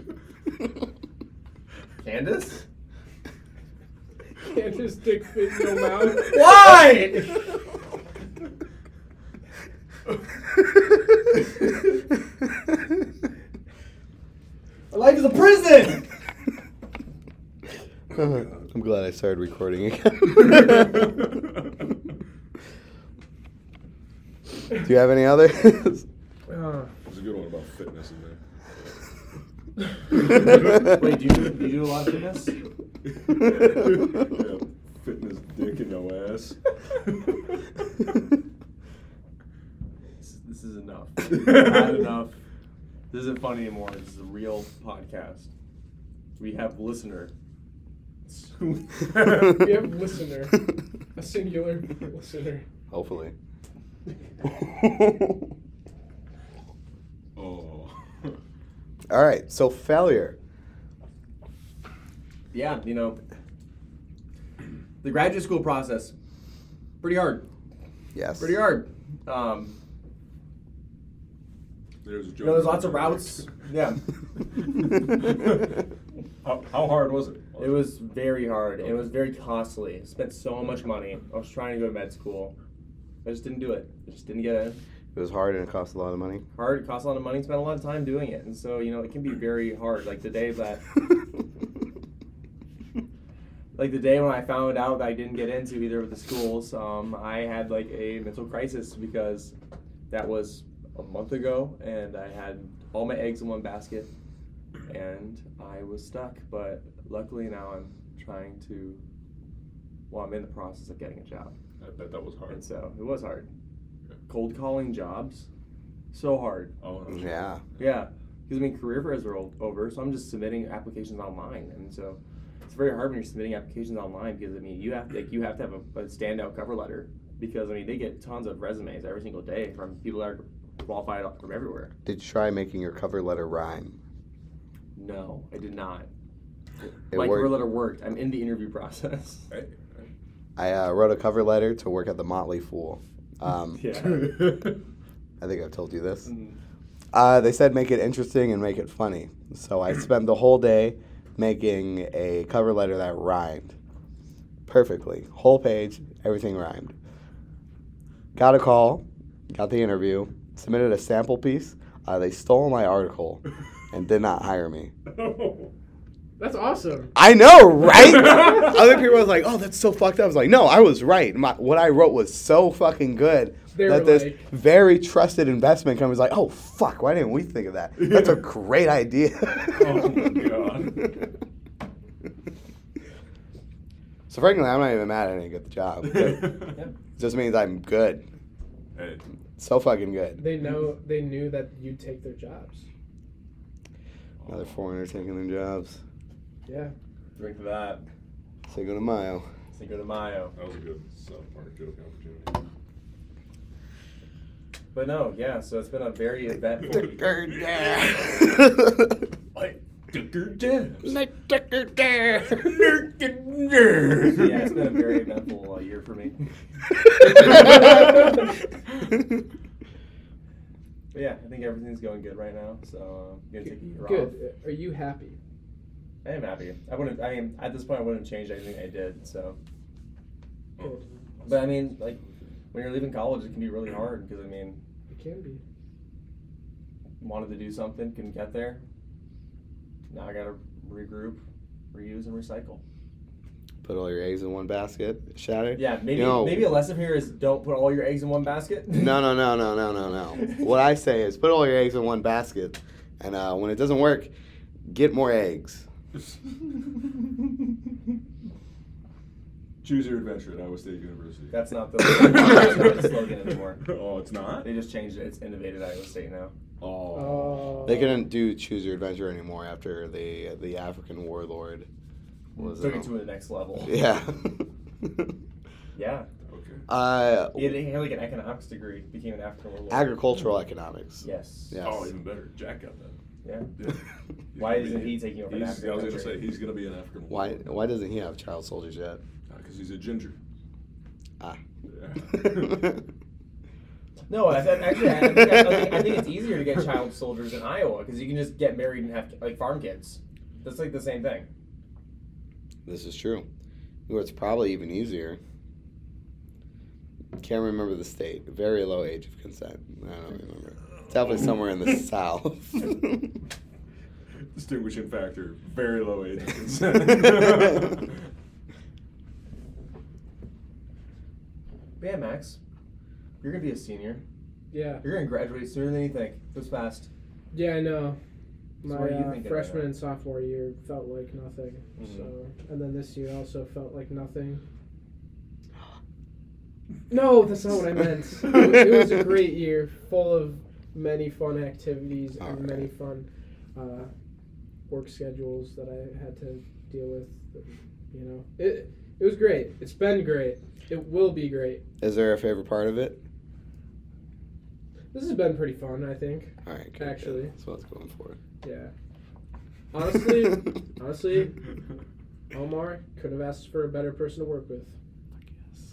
Speaker 3: Candace?
Speaker 2: Candace dick fit no mouth.
Speaker 3: (laughs) Why? Life is a prison!
Speaker 1: (laughs) I'm glad I started recording
Speaker 5: (laughs)
Speaker 1: again.
Speaker 5: There's
Speaker 1: Do you have any others?
Speaker 2: (laughs) Ah,
Speaker 5: a good one about fitness in there.
Speaker 3: Wait, do you, do you do a lot of fitness?
Speaker 5: yeah, fitness dick and no ass.
Speaker 3: This, this is enough. Not enough. This isn't funny anymore. This is a real podcast. We have listener. (laughs)
Speaker 2: we have listener. A singular listener.
Speaker 1: Hopefully. (laughs)
Speaker 5: Oh. (laughs)
Speaker 1: All right, so failure.
Speaker 3: yeah, you know, the graduate school process, pretty hard.
Speaker 1: Yes.
Speaker 3: Pretty hard. Um,
Speaker 5: There's a joke.
Speaker 3: you know, there's lots of routes.
Speaker 1: (laughs)
Speaker 3: Yeah.
Speaker 5: (laughs) How, how hard was it?
Speaker 3: It was very hard. and It was very costly. I spent so much money. I was trying to go to med school. I just didn't do it. I just didn't get it.
Speaker 1: It was hard and it cost a lot of money.
Speaker 3: Hard, it costs a lot of money, spent a lot of time doing it. And so, you know, it can be very hard. Like the day that like the day when I found out that I didn't get into either of the schools, um, I had like a mental crisis because that was a month ago, and I had all my eggs in one basket, and I was stuck. But luckily now I'm trying to. Well, I'm in the process of getting a job,
Speaker 5: I bet that was hard.
Speaker 3: and so it was hard. Cold calling jobs, so hard.
Speaker 5: Oh, I'm
Speaker 1: (laughs)
Speaker 5: sure.
Speaker 1: yeah.
Speaker 3: Yeah, because I mean, career fairs are o- over, so I'm just submitting applications online, and so it's very hard when you're submitting applications online because I mean, you have to, like you have to have a, a standout cover letter because I mean they get tons of resumes every single day from people that are qualified from everywhere.
Speaker 1: Did you try making your cover letter rhyme?
Speaker 3: No, I did not.
Speaker 1: It
Speaker 3: My
Speaker 1: worked.
Speaker 3: cover letter worked. I'm in the interview process.
Speaker 5: Hey,
Speaker 1: I uh, wrote a cover letter to work at the Motley Fool. Um,
Speaker 5: (laughs)
Speaker 3: yeah.
Speaker 1: I think I've told you this.
Speaker 3: Mm.
Speaker 1: Uh, they said make it interesting and make it funny. So I spent the whole day making a cover letter that rhymed perfectly. Whole page, everything rhymed. Got a call, got the interview, submitted a sample piece. Uh, they stole my article and did not hire me.
Speaker 3: (laughs)
Speaker 2: That's awesome.
Speaker 1: I know, right? Other people was like, "Oh, that's so fucked up." I was like, "No, I was right. My, what I wrote was so fucking good
Speaker 2: They
Speaker 1: that
Speaker 2: were
Speaker 1: this
Speaker 2: like-
Speaker 1: very trusted investment company was like, "Oh fuck, why didn't we think of that? That's a great idea."
Speaker 5: Oh, my God.
Speaker 1: so frankly, I'm not even mad I didn't get the
Speaker 5: (laughs)
Speaker 1: job. It just means I'm good,
Speaker 5: (laughs) Hey,
Speaker 1: so fucking good.
Speaker 2: They know. They knew that you'd take their jobs.
Speaker 5: Oh.
Speaker 1: Another foreigner taking their jobs.
Speaker 2: Yeah.
Speaker 3: (laughs) Drink that.
Speaker 1: Cinco de Mayo.
Speaker 3: Cinco de Mayo.
Speaker 5: that was a good sophomore joke opportunity.
Speaker 3: But no, yeah. So it's been a very
Speaker 1: (laughs)
Speaker 3: eventful.
Speaker 1: Dicker dare.
Speaker 5: Dicker Dams.
Speaker 1: Dicker dare. (laughs)
Speaker 3: yeah, it's been a very eventful uh, year for me.
Speaker 1: (laughs)
Speaker 3: But yeah, I think everything's going good right now. So uh, gonna take a year off.
Speaker 2: Good. Are you happy?
Speaker 3: I am happy. I wouldn't. I am at this point. I wouldn't change anything I did. So,
Speaker 2: Good.
Speaker 3: but I mean, like when you're leaving college, it can be really hard because I mean,
Speaker 2: It can be.
Speaker 3: wanted to do something, couldn't get there. Now I gotta regroup, reuse, and recycle.
Speaker 1: Put all your eggs in one basket. Shatter.
Speaker 3: Yeah, maybe
Speaker 1: You know-
Speaker 3: maybe a lesson here is don't put all your eggs in one basket.
Speaker 1: No, no, no, no, no, no, no. what I say is put all your eggs in one basket, and uh, when it doesn't work, get more eggs.
Speaker 5: Choose your adventure at Iowa State University.
Speaker 3: (laughs) That's (laughs) not the, that's not the slogan
Speaker 1: (laughs)
Speaker 3: anymore.
Speaker 5: Oh, it's not.
Speaker 3: They just changed it. It's innovated Iowa State now.
Speaker 5: Oh,
Speaker 3: Uh,
Speaker 2: Oh.
Speaker 1: They couldn't do choose your adventure anymore after the the African warlord was.
Speaker 3: Took
Speaker 1: uh,
Speaker 3: it to the next level.
Speaker 1: yeah. (laughs)
Speaker 3: Yeah.
Speaker 5: okay.
Speaker 1: uh,
Speaker 3: He had, he had like an economics degree, became an African warlord.
Speaker 1: agricultural economics.
Speaker 3: Yes.
Speaker 1: Yeah.
Speaker 5: Oh, even better. Jack got that.
Speaker 3: Yeah.
Speaker 5: Yeah.
Speaker 3: (laughs) Why isn't he taking over
Speaker 5: He's, I was
Speaker 3: African
Speaker 5: gonna say
Speaker 3: country?
Speaker 5: he's gonna be an African.
Speaker 1: (laughs) Why why doesn't he have child soldiers yet?
Speaker 5: Because he's a ginger.
Speaker 1: Ah.
Speaker 3: (laughs)
Speaker 5: Yeah.
Speaker 1: (laughs)
Speaker 3: No, I, I- actually, I think, I, think, I think it's easier to get child soldiers in Iowa because you can just get married and have like farm kids. That's like the same thing.
Speaker 1: This is true. Or it's probably even easier. Can't remember the state. Very low age of consent. I don't remember. It's Definitely somewhere in
Speaker 5: (laughs)
Speaker 1: the south. (laughs)
Speaker 5: Distinguishing factor. Very low age of
Speaker 2: (laughs)
Speaker 5: consent.
Speaker 3: But yeah, Max, you're gonna be a senior.
Speaker 2: Yeah.
Speaker 3: You're gonna graduate sooner than you think. This fast.
Speaker 2: Yeah, I know. My
Speaker 3: So what do you
Speaker 2: uh,
Speaker 3: think about
Speaker 2: freshman
Speaker 3: that?
Speaker 2: and sophomore year felt like nothing.
Speaker 3: Mhm.
Speaker 2: So, and then this year also felt like nothing. No, that's not what I meant. it, was, it was a great year, full of many fun activities and
Speaker 1: Alright.
Speaker 2: many fun uh, work schedules that I had to deal with. You know, it it was great. It's been great. It will be great.
Speaker 1: is there a favorite part of it?
Speaker 2: This has been pretty fun. I think.
Speaker 1: All right. good,
Speaker 2: Actually.
Speaker 1: good. That's what I was going for.
Speaker 2: Yeah. Honestly, (laughs) honestly, Omar could have asked for a better person to work with.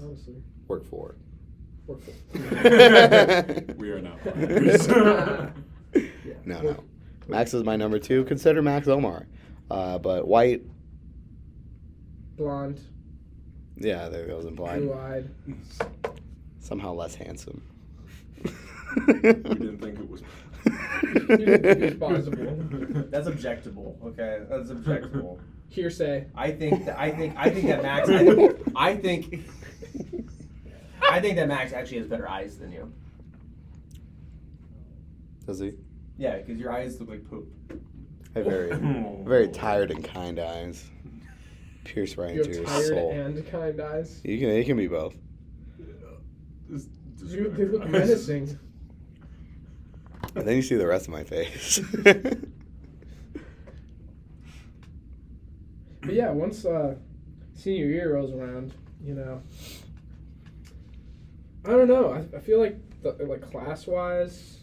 Speaker 2: Honestly,
Speaker 1: Work for.
Speaker 2: work for. (laughs)
Speaker 5: we are not partners.
Speaker 2: Yeah.
Speaker 1: (laughs) No,
Speaker 2: work-
Speaker 1: no. Max is my number two. Consider Max Omar. Uh, but white,
Speaker 2: Blonde,
Speaker 1: yeah, there goes implied.
Speaker 2: blue-eyed.
Speaker 1: Somehow less handsome. we
Speaker 5: didn't
Speaker 1: (laughs)
Speaker 5: think it was-
Speaker 3: That's objectable. Okay, that's objectable.
Speaker 2: Hearsay.
Speaker 3: I think that, I think I think that Max. I think, I think I think that Max actually has better eyes than you.
Speaker 1: Does he?
Speaker 3: Yeah, because your eyes look like poop.
Speaker 1: I have very, very tired and kind eyes. Pierce right
Speaker 2: You
Speaker 1: into
Speaker 2: have
Speaker 1: your
Speaker 2: tired
Speaker 1: soul.
Speaker 2: and kind eyes.
Speaker 1: you can, it can be
Speaker 2: (laughs)
Speaker 1: both.
Speaker 5: This- this
Speaker 2: You,
Speaker 5: guy-
Speaker 2: they
Speaker 5: (laughs)
Speaker 2: look
Speaker 5: I-
Speaker 2: menacing.
Speaker 1: And then you see the rest of my face. (laughs)
Speaker 2: But yeah, once uh, senior year rolls around, you know, I don't know. I, I feel like the, like class wise,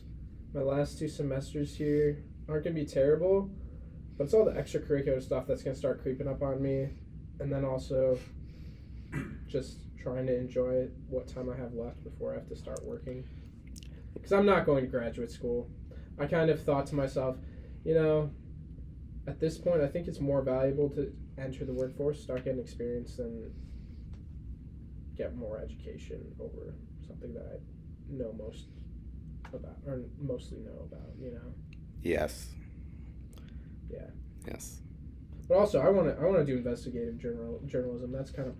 Speaker 2: my last two semesters here aren't gonna be terrible, but it's all the extracurricular stuff that's gonna start creeping up on me, and then also just trying to enjoy what time I have left before I have to start working. Because I'm not going to graduate school. I kind of thought to myself, you know, at this point, I think it's more valuable to enter the workforce, start getting experience, and get more education over something that I know most about, or mostly know about, you know.
Speaker 1: yes.
Speaker 2: Yeah.
Speaker 1: Yes.
Speaker 2: But also, I want to I want to do investigative journal journalism. That's kind of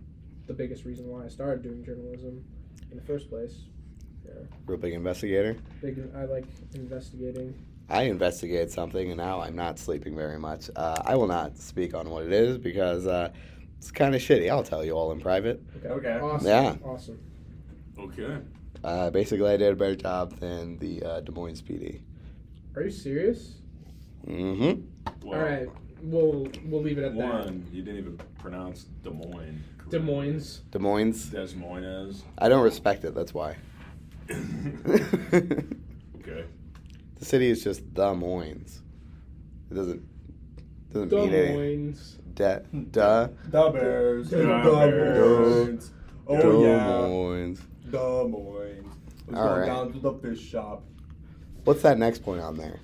Speaker 2: the biggest reason why I started doing journalism in the first place.
Speaker 1: Real big investigator.
Speaker 2: Big, I like investigating.
Speaker 1: I investigate something and now I'm not sleeping very much. Uh, I will not speak on what it is because uh, it's kind of shitty. I'll tell you all in private.
Speaker 2: Okay.
Speaker 3: Okay.
Speaker 2: Awesome.
Speaker 1: Yeah.
Speaker 2: Awesome.
Speaker 5: Okay.
Speaker 1: Uh, basically, I did a better job than the uh, Des Moines PD.
Speaker 2: Are you serious?
Speaker 1: Mm-hmm.
Speaker 5: Well,
Speaker 2: All right. We'll we'll leave it at that.
Speaker 5: One, you didn't even pronounce Des Moines.
Speaker 2: Des
Speaker 5: correctly.
Speaker 2: Moines.
Speaker 1: Des Moines.
Speaker 5: Des Moines.
Speaker 1: I don't respect it. That's why. (laughs) the
Speaker 5: Okay.
Speaker 1: city is just Des Moines. It doesn't doesn't
Speaker 2: Des
Speaker 1: mean anything.
Speaker 2: Moines.
Speaker 1: De, duh.
Speaker 3: The Bears.
Speaker 2: The
Speaker 3: The
Speaker 5: Bears.
Speaker 3: Bears. Oh
Speaker 1: Des
Speaker 3: yeah.
Speaker 1: Moines.
Speaker 3: The Moines. Let's
Speaker 1: All
Speaker 3: go
Speaker 1: right.
Speaker 3: down to the fish shop.
Speaker 1: What's that next point on there?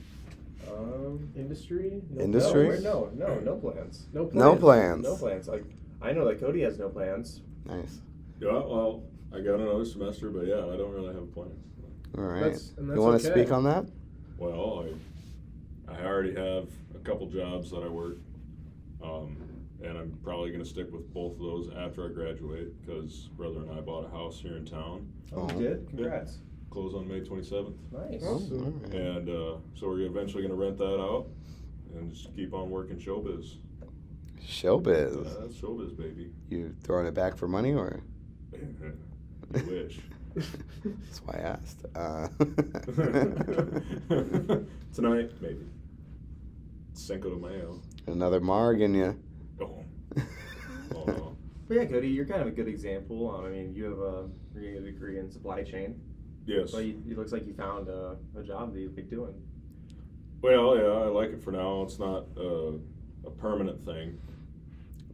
Speaker 3: Um,
Speaker 2: Industry? No
Speaker 1: Industry?
Speaker 2: plans?
Speaker 3: No, no, no plans.
Speaker 2: No plans.
Speaker 1: No plans.
Speaker 3: No plans. Like I know that Cody has no plans.
Speaker 1: Nice.
Speaker 5: Yeah, well, I got another semester, but yeah, I don't really have a plan.
Speaker 1: All right.
Speaker 2: That's- and that's
Speaker 1: you want
Speaker 2: okay.
Speaker 1: to speak on that?
Speaker 5: Well, I, I already have a couple jobs that I work, um, and I'm probably going to stick with both of those after I graduate because brother and I bought a house here in town.
Speaker 3: Oh,
Speaker 1: Oh.
Speaker 3: you did. Congrats.
Speaker 5: Close on May 27th,
Speaker 3: Nice.
Speaker 2: Oh.
Speaker 1: all right.
Speaker 5: and uh, so we're eventually going to rent that out and just keep on working showbiz.
Speaker 1: Showbiz.
Speaker 5: That's showbiz, baby.
Speaker 1: You throwing it back for money, or
Speaker 5: I wish.
Speaker 1: (laughs)
Speaker 5: (laughs)
Speaker 1: that's why I asked. Uh, (laughs)
Speaker 5: Tonight, maybe. Cinco de Mayo.
Speaker 1: another marg in you.
Speaker 5: Oh, oh no.
Speaker 3: But yeah, Cody, you're kind of a good example. Um, I mean, you have a you're getting a degree in supply chain,
Speaker 5: Yes.
Speaker 3: so you, it looks like you found a, a job that you like doing.
Speaker 5: Well, yeah, I like it for now. It's not uh, a permanent thing.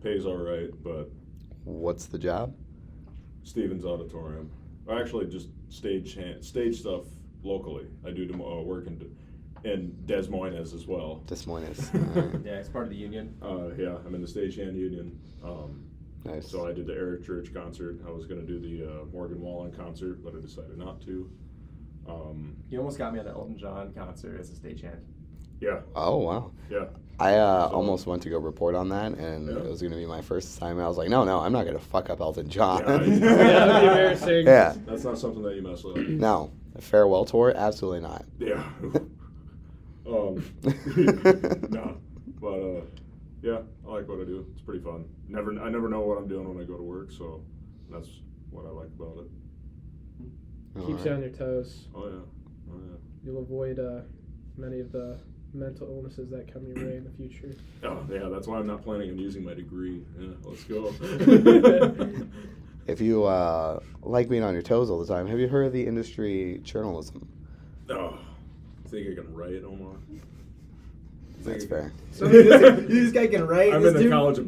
Speaker 5: Pays all right, but
Speaker 1: (laughs) What's the job?
Speaker 5: Stevens Auditorium. I actually just stage hand, stage stuff locally. I do dem- uh, work in in Des Moines as well.
Speaker 1: Des
Speaker 5: (laughs)
Speaker 1: Moines. All right.
Speaker 3: Yeah, it's part of the union.
Speaker 5: Uh, yeah, I'm in the stagehand union. Um,
Speaker 1: Nice.
Speaker 5: So I did the Eric Church concert. I was going to do the uh, Morgan Wallen concert, but I decided not to. Um,
Speaker 3: You almost got me at an Elton John concert as a stagehand.
Speaker 5: yeah,
Speaker 1: Oh wow.
Speaker 5: yeah.
Speaker 1: I uh,
Speaker 5: So-
Speaker 1: almost went to go report on that, and
Speaker 5: Yeah.
Speaker 1: it was gonna be my first assignment. I was like, no, no, I'm not gonna fuck up Elton John. (laughs)
Speaker 5: Yeah, right.
Speaker 2: Yeah, that'd be embarrassing.
Speaker 1: Yeah.
Speaker 5: That's not something that you mess with.
Speaker 1: (coughs) No. A farewell tour? Absolutely
Speaker 5: (laughs)
Speaker 1: not.
Speaker 5: Yeah. um,
Speaker 1: (laughs)
Speaker 5: nah, but uh, yeah, I like what I do. It's pretty fun. Never, I never know what I'm doing when I go to work, so that's what I like about it.
Speaker 2: Keeps you on your toes.
Speaker 5: Oh yeah, oh
Speaker 2: You'll avoid uh, many of the mental illnesses that come your way in the future.
Speaker 5: yeah. Oh yeah, that's why I'm not planning on using my degree. Yeah, let's go.
Speaker 1: If you uh, like being on your toes all the time, have you heard of the industry journalism?
Speaker 5: oh, think I can write, Omar?
Speaker 1: That's fair.
Speaker 3: So this,
Speaker 5: (laughs)
Speaker 3: this guy can write.
Speaker 5: I'm
Speaker 3: this
Speaker 5: in the
Speaker 3: dude,
Speaker 5: College of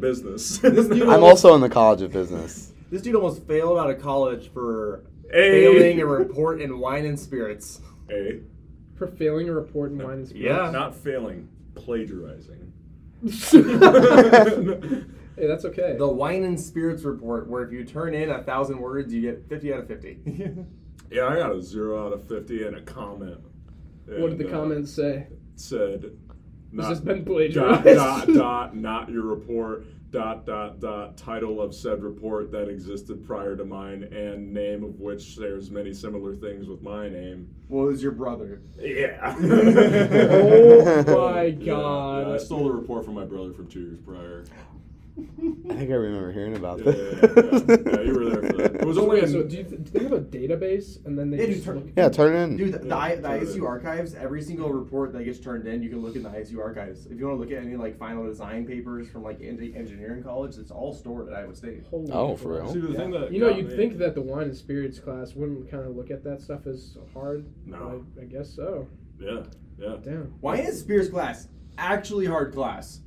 Speaker 3: (laughs)
Speaker 5: Business.
Speaker 3: This
Speaker 5: (laughs)
Speaker 3: dude
Speaker 1: I'm also in the College of Business.
Speaker 3: This dude almost failed out of college for
Speaker 5: Hey.
Speaker 3: failing a report in wine and spirits.
Speaker 5: A.
Speaker 2: For failing a report in wine and
Speaker 3: Yeah.
Speaker 5: Not failing,
Speaker 3: (laughs)
Speaker 5: plagiarizing.
Speaker 1: (laughs)
Speaker 5: (laughs)
Speaker 2: spirits. (laughs) hey, that's okay.
Speaker 3: The wine and spirits report, where if you turn in a thousand words, you get fifty (laughs) out of fifty.
Speaker 5: Yeah, I got a zero out of fifty and a comment.
Speaker 2: What did
Speaker 5: And,
Speaker 2: the
Speaker 5: uh,
Speaker 2: comments say?
Speaker 5: said?
Speaker 2: This
Speaker 5: Not,
Speaker 2: has been
Speaker 5: dot
Speaker 2: plagiarized. (laughs)
Speaker 5: dot dot not your report dot dot dot title of said report that existed prior to mine and name of which shares many similar things with my name.
Speaker 3: Well, it was your brother.
Speaker 5: Yeah.
Speaker 2: (laughs) oh my
Speaker 5: (laughs) Yeah, yeah, I
Speaker 2: god.
Speaker 5: stole the report from my brother from two years prior.
Speaker 1: I think I remember hearing about
Speaker 5: Yeah,
Speaker 1: this.
Speaker 5: yeah, yeah, yeah. Yeah, you were there for that.
Speaker 1: (laughs)
Speaker 5: It was
Speaker 2: So
Speaker 5: only
Speaker 2: wait,
Speaker 5: in,
Speaker 2: so do, you, do they have a database and then they
Speaker 3: They do
Speaker 2: just
Speaker 3: turn-
Speaker 2: look
Speaker 1: Yeah, turn it in. (laughs)
Speaker 3: Dude, the, the, I- the
Speaker 5: Yeah.
Speaker 3: ISU archives, every single report that gets turned in, you can look in the ISU archives. If you want to look at any like final design papers from like en- engineering college, it's all stored at Iowa State.
Speaker 2: Holy
Speaker 1: Oh, for real?
Speaker 2: crap.
Speaker 5: See, the thing that
Speaker 2: You know,
Speaker 5: got
Speaker 2: you'd
Speaker 5: me-
Speaker 2: think that the wine and spirits class wouldn't kind of look at that stuff as hard.
Speaker 5: No.
Speaker 2: but I, I guess so.
Speaker 5: Yeah, yeah.
Speaker 2: Damn.
Speaker 3: Why is Spears class actually hard class?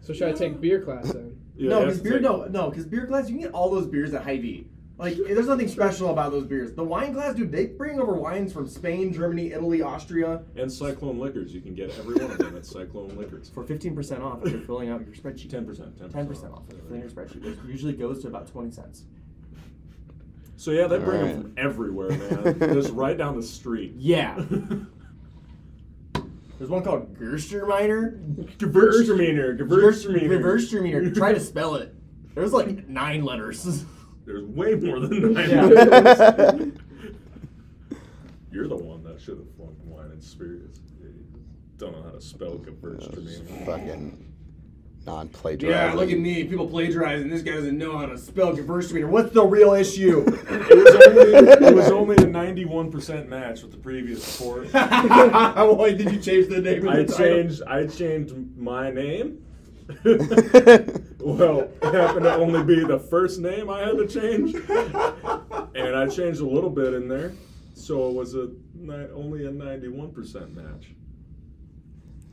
Speaker 2: So should I take beer class then?
Speaker 5: Yeah,
Speaker 3: no,
Speaker 5: you
Speaker 3: because
Speaker 5: have to
Speaker 3: beer
Speaker 5: take-
Speaker 3: no no because beer class you can get all those beers at Hy-Vee. Like there's nothing special about those beers. The wine class, dude, they bring over wines from Spain, Germany, Italy, Austria
Speaker 5: And Cyclone Liquors, you can get every one of them at Cyclone Liquors.
Speaker 3: for 15% off if you're filling out your spreadsheet.
Speaker 5: Ten percent.
Speaker 3: 10 percent off. If you're filling your spreadsheet, which usually goes to about 20 cents.
Speaker 5: So yeah, they bring them
Speaker 1: Alright.
Speaker 5: from everywhere, man. Just right down the street.
Speaker 3: Yeah. (laughs) There's one called Gersterminer.
Speaker 5: Gewürztraminer, (laughs)
Speaker 3: Gewürztraminer. Try to spell it. There's like nine letters.
Speaker 5: (laughs) There's way more than nine.
Speaker 3: Yeah.
Speaker 5: letters. (laughs) You're the one that should have flunk wine and spirits. Don't know how to spell Gewürztraminer.
Speaker 1: fucking non plagiarizing.
Speaker 3: Yeah, look at me. People plagiarizing. This guy doesn't know how to spell Gewürztraminer. What's the real
Speaker 5: (laughs)
Speaker 3: issue?
Speaker 5: It was only- It was only a 91% match with the
Speaker 3: (laughs)
Speaker 5: previous report.
Speaker 3: Why did you change the name? of
Speaker 5: I
Speaker 3: the title?
Speaker 5: changed. (laughs) I changed my name. (laughs)
Speaker 1: (laughs)
Speaker 5: well, it happened to only be the first name I had to change, and I changed a little bit in there, so it was a ni- only a ninety-one percent match.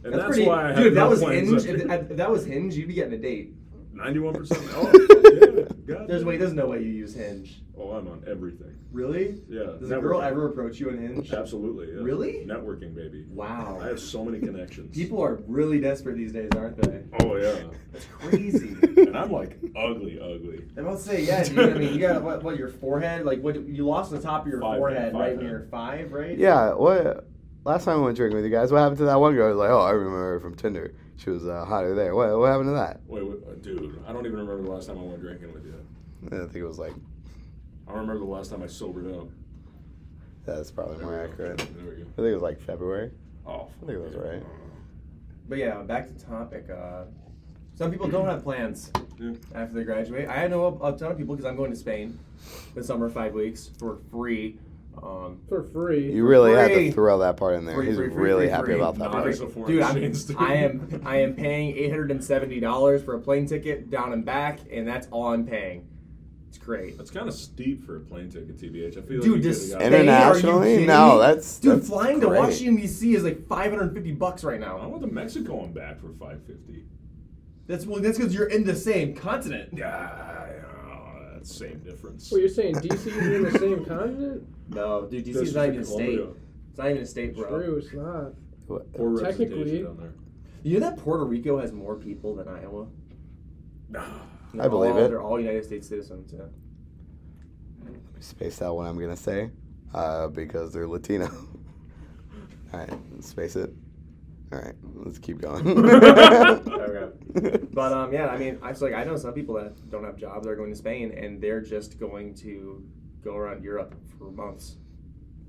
Speaker 5: And that's,
Speaker 3: pretty-
Speaker 5: why I had
Speaker 3: dude. if
Speaker 5: no
Speaker 3: that was
Speaker 5: plans
Speaker 3: Hinge. If, if that was Hinge, you'd be getting a date.
Speaker 5: (laughs) Ninety-one percent.
Speaker 3: (laughs)
Speaker 5: Oh, yeah, God.
Speaker 3: There's wait. There's no way you use Hinge.
Speaker 5: Oh, I'm on everything.
Speaker 3: Really?
Speaker 5: Yeah.
Speaker 3: Does a girl
Speaker 5: networking.
Speaker 3: ever approach you on Hinge?
Speaker 5: Absolutely. yeah.
Speaker 3: Really?
Speaker 5: Networking, baby.
Speaker 3: Wow.
Speaker 5: I have so many connections.
Speaker 3: People are really desperate these days, aren't they?
Speaker 5: Oh yeah.
Speaker 3: That's crazy.
Speaker 5: And I'm like ugly, ugly.
Speaker 3: I must say, yeah, dude. I mean, you got what, what your forehead? Like, what you lost the top of your
Speaker 5: Five,
Speaker 3: forehead
Speaker 5: five
Speaker 3: right
Speaker 5: head.
Speaker 3: near five, right?
Speaker 1: Yeah, what? Last time I went drinking with you guys, what happened to that one girl? I was like, oh, I remember her from Tinder. She was uh, hotter there. What, what happened to that?
Speaker 5: Wait, wait, dude, I don't even remember the last time I went drinking with you.
Speaker 1: I think it was like,
Speaker 5: I don't remember the last time I sobered up.
Speaker 1: that's probably more accurate. I
Speaker 5: There we go.
Speaker 1: think it was like February.
Speaker 5: Oh,
Speaker 1: I think that's right.
Speaker 3: But yeah, back to topic. Uh, some people don't have plans
Speaker 5: Yeah.
Speaker 3: after they graduate. I know a, a ton of people because I'm going to Spain this summer, five weeks for free. Um,
Speaker 2: For free.
Speaker 1: You really had
Speaker 3: Free.
Speaker 1: to throw that part in there.
Speaker 3: Free,
Speaker 1: He's
Speaker 3: free, free,
Speaker 1: really
Speaker 3: free,
Speaker 1: happy
Speaker 3: free.
Speaker 1: about that
Speaker 5: Not
Speaker 1: part.
Speaker 5: as a foreign
Speaker 3: Dude, I'm,
Speaker 5: exchange student.
Speaker 3: I am I am paying eight hundred and seventy dollars for a plane ticket down and back, and that's all I'm paying. It's great.
Speaker 5: That's kind of steep for a plane ticket, TBH. I feel like
Speaker 3: Dude,
Speaker 5: you
Speaker 3: this Spain,
Speaker 5: could have got.
Speaker 1: Internationally?
Speaker 3: Are you kidding
Speaker 1: No,
Speaker 3: me?
Speaker 1: that's-
Speaker 3: dude.
Speaker 1: that's
Speaker 3: flying to
Speaker 1: great.
Speaker 3: Washington D.C. is like five hundred and fifty bucks right
Speaker 5: I
Speaker 3: now.
Speaker 5: went to Mexico and back for five fifty.
Speaker 3: That's well, that's because you're in the same continent.
Speaker 5: Yeah, yeah, that's same difference.
Speaker 2: Well, you're saying DC is in the same continent?
Speaker 3: No, dude, D.C.
Speaker 5: That's
Speaker 3: is not even a
Speaker 5: just
Speaker 3: state.
Speaker 5: Colombia.
Speaker 3: It's not even a state, bro.
Speaker 2: True, it's not.
Speaker 5: Poor representation
Speaker 2: Technically-
Speaker 5: down there.
Speaker 3: You know that Puerto Rico has more people than Iowa.
Speaker 5: Nah.
Speaker 3: They're
Speaker 1: believe
Speaker 3: all-
Speaker 1: it.
Speaker 3: They're all United States citizens. Yeah.
Speaker 1: Space out what I'm going to say uh, because they're Latino. (laughs) All right, space it. All right, let's keep (laughs) going.
Speaker 3: (laughs) Okay. But um, yeah, I mean, I feel like I know some people that don't have jobs are going to Spain and they're just going to go around Europe for months,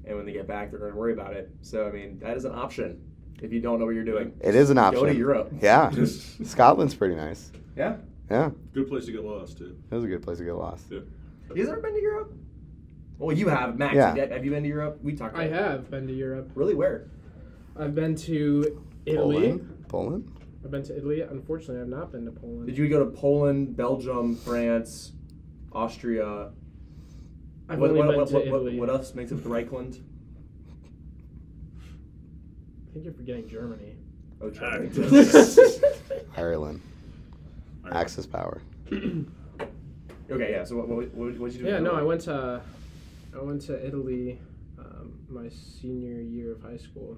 Speaker 3: and when they get back, they're going to worry about it. So I mean, that is an option if you don't know what you're doing.
Speaker 1: It is an option.
Speaker 3: Go to Europe.
Speaker 1: Yeah. (laughs)
Speaker 5: Just-
Speaker 1: Scotland's pretty nice.
Speaker 3: Yeah.
Speaker 1: Yeah.
Speaker 5: (laughs) Good place to get lost too.
Speaker 1: It was a good place to get lost.
Speaker 3: You guys ever been to Europe? Well, you have, Max.
Speaker 1: Yeah.
Speaker 3: Have you been to Europe? We talked.
Speaker 2: I
Speaker 3: about it.
Speaker 2: have been to Europe.
Speaker 3: Really? Where?
Speaker 2: I've been to Italy.
Speaker 1: Poland? Poland?
Speaker 2: I've been to Italy. Unfortunately, I've not been to Poland.
Speaker 3: Did you go to Poland, Belgium, France, Austria?
Speaker 2: I've
Speaker 3: what,
Speaker 2: only
Speaker 3: what,
Speaker 2: been
Speaker 3: what,
Speaker 2: to
Speaker 3: what, what-
Speaker 2: Italy.
Speaker 3: what else makes up the Reichland?
Speaker 2: I think you're forgetting Germany.
Speaker 3: Oh, Germany. (laughs)
Speaker 1: Ireland.
Speaker 5: Ireland.
Speaker 1: Axis power.
Speaker 3: okay, yeah. So what? What? What? What'd you do?
Speaker 2: Yeah,
Speaker 3: in
Speaker 2: no,
Speaker 3: Italy?
Speaker 2: I went to I went to Italy um, my senior year of high school.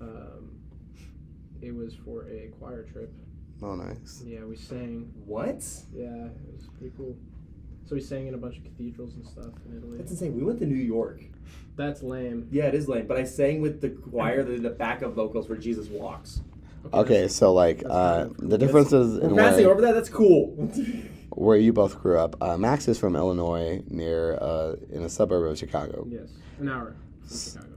Speaker 2: Um, it was for a choir trip.
Speaker 1: Oh, nice.
Speaker 2: Yeah, we sang.
Speaker 3: What?
Speaker 2: Yeah, it was pretty cool. So we sang in a bunch of cathedrals and stuff in Italy.
Speaker 3: That's insane. We went to New York.
Speaker 2: That's lame.
Speaker 3: Yeah, it is lame, but I sang with the choir that did the backup vocals for Jesus Walks.
Speaker 1: Okay,
Speaker 2: that's-
Speaker 1: so like
Speaker 2: that's
Speaker 1: uh,
Speaker 2: kind
Speaker 1: the differences
Speaker 3: We're
Speaker 1: in
Speaker 3: passing
Speaker 1: where,
Speaker 3: over that. That's cool.
Speaker 1: where you both grew up. Uh, Max is from Illinois, near uh, in a suburb of Chicago,
Speaker 2: Yes, an hour from Chicago.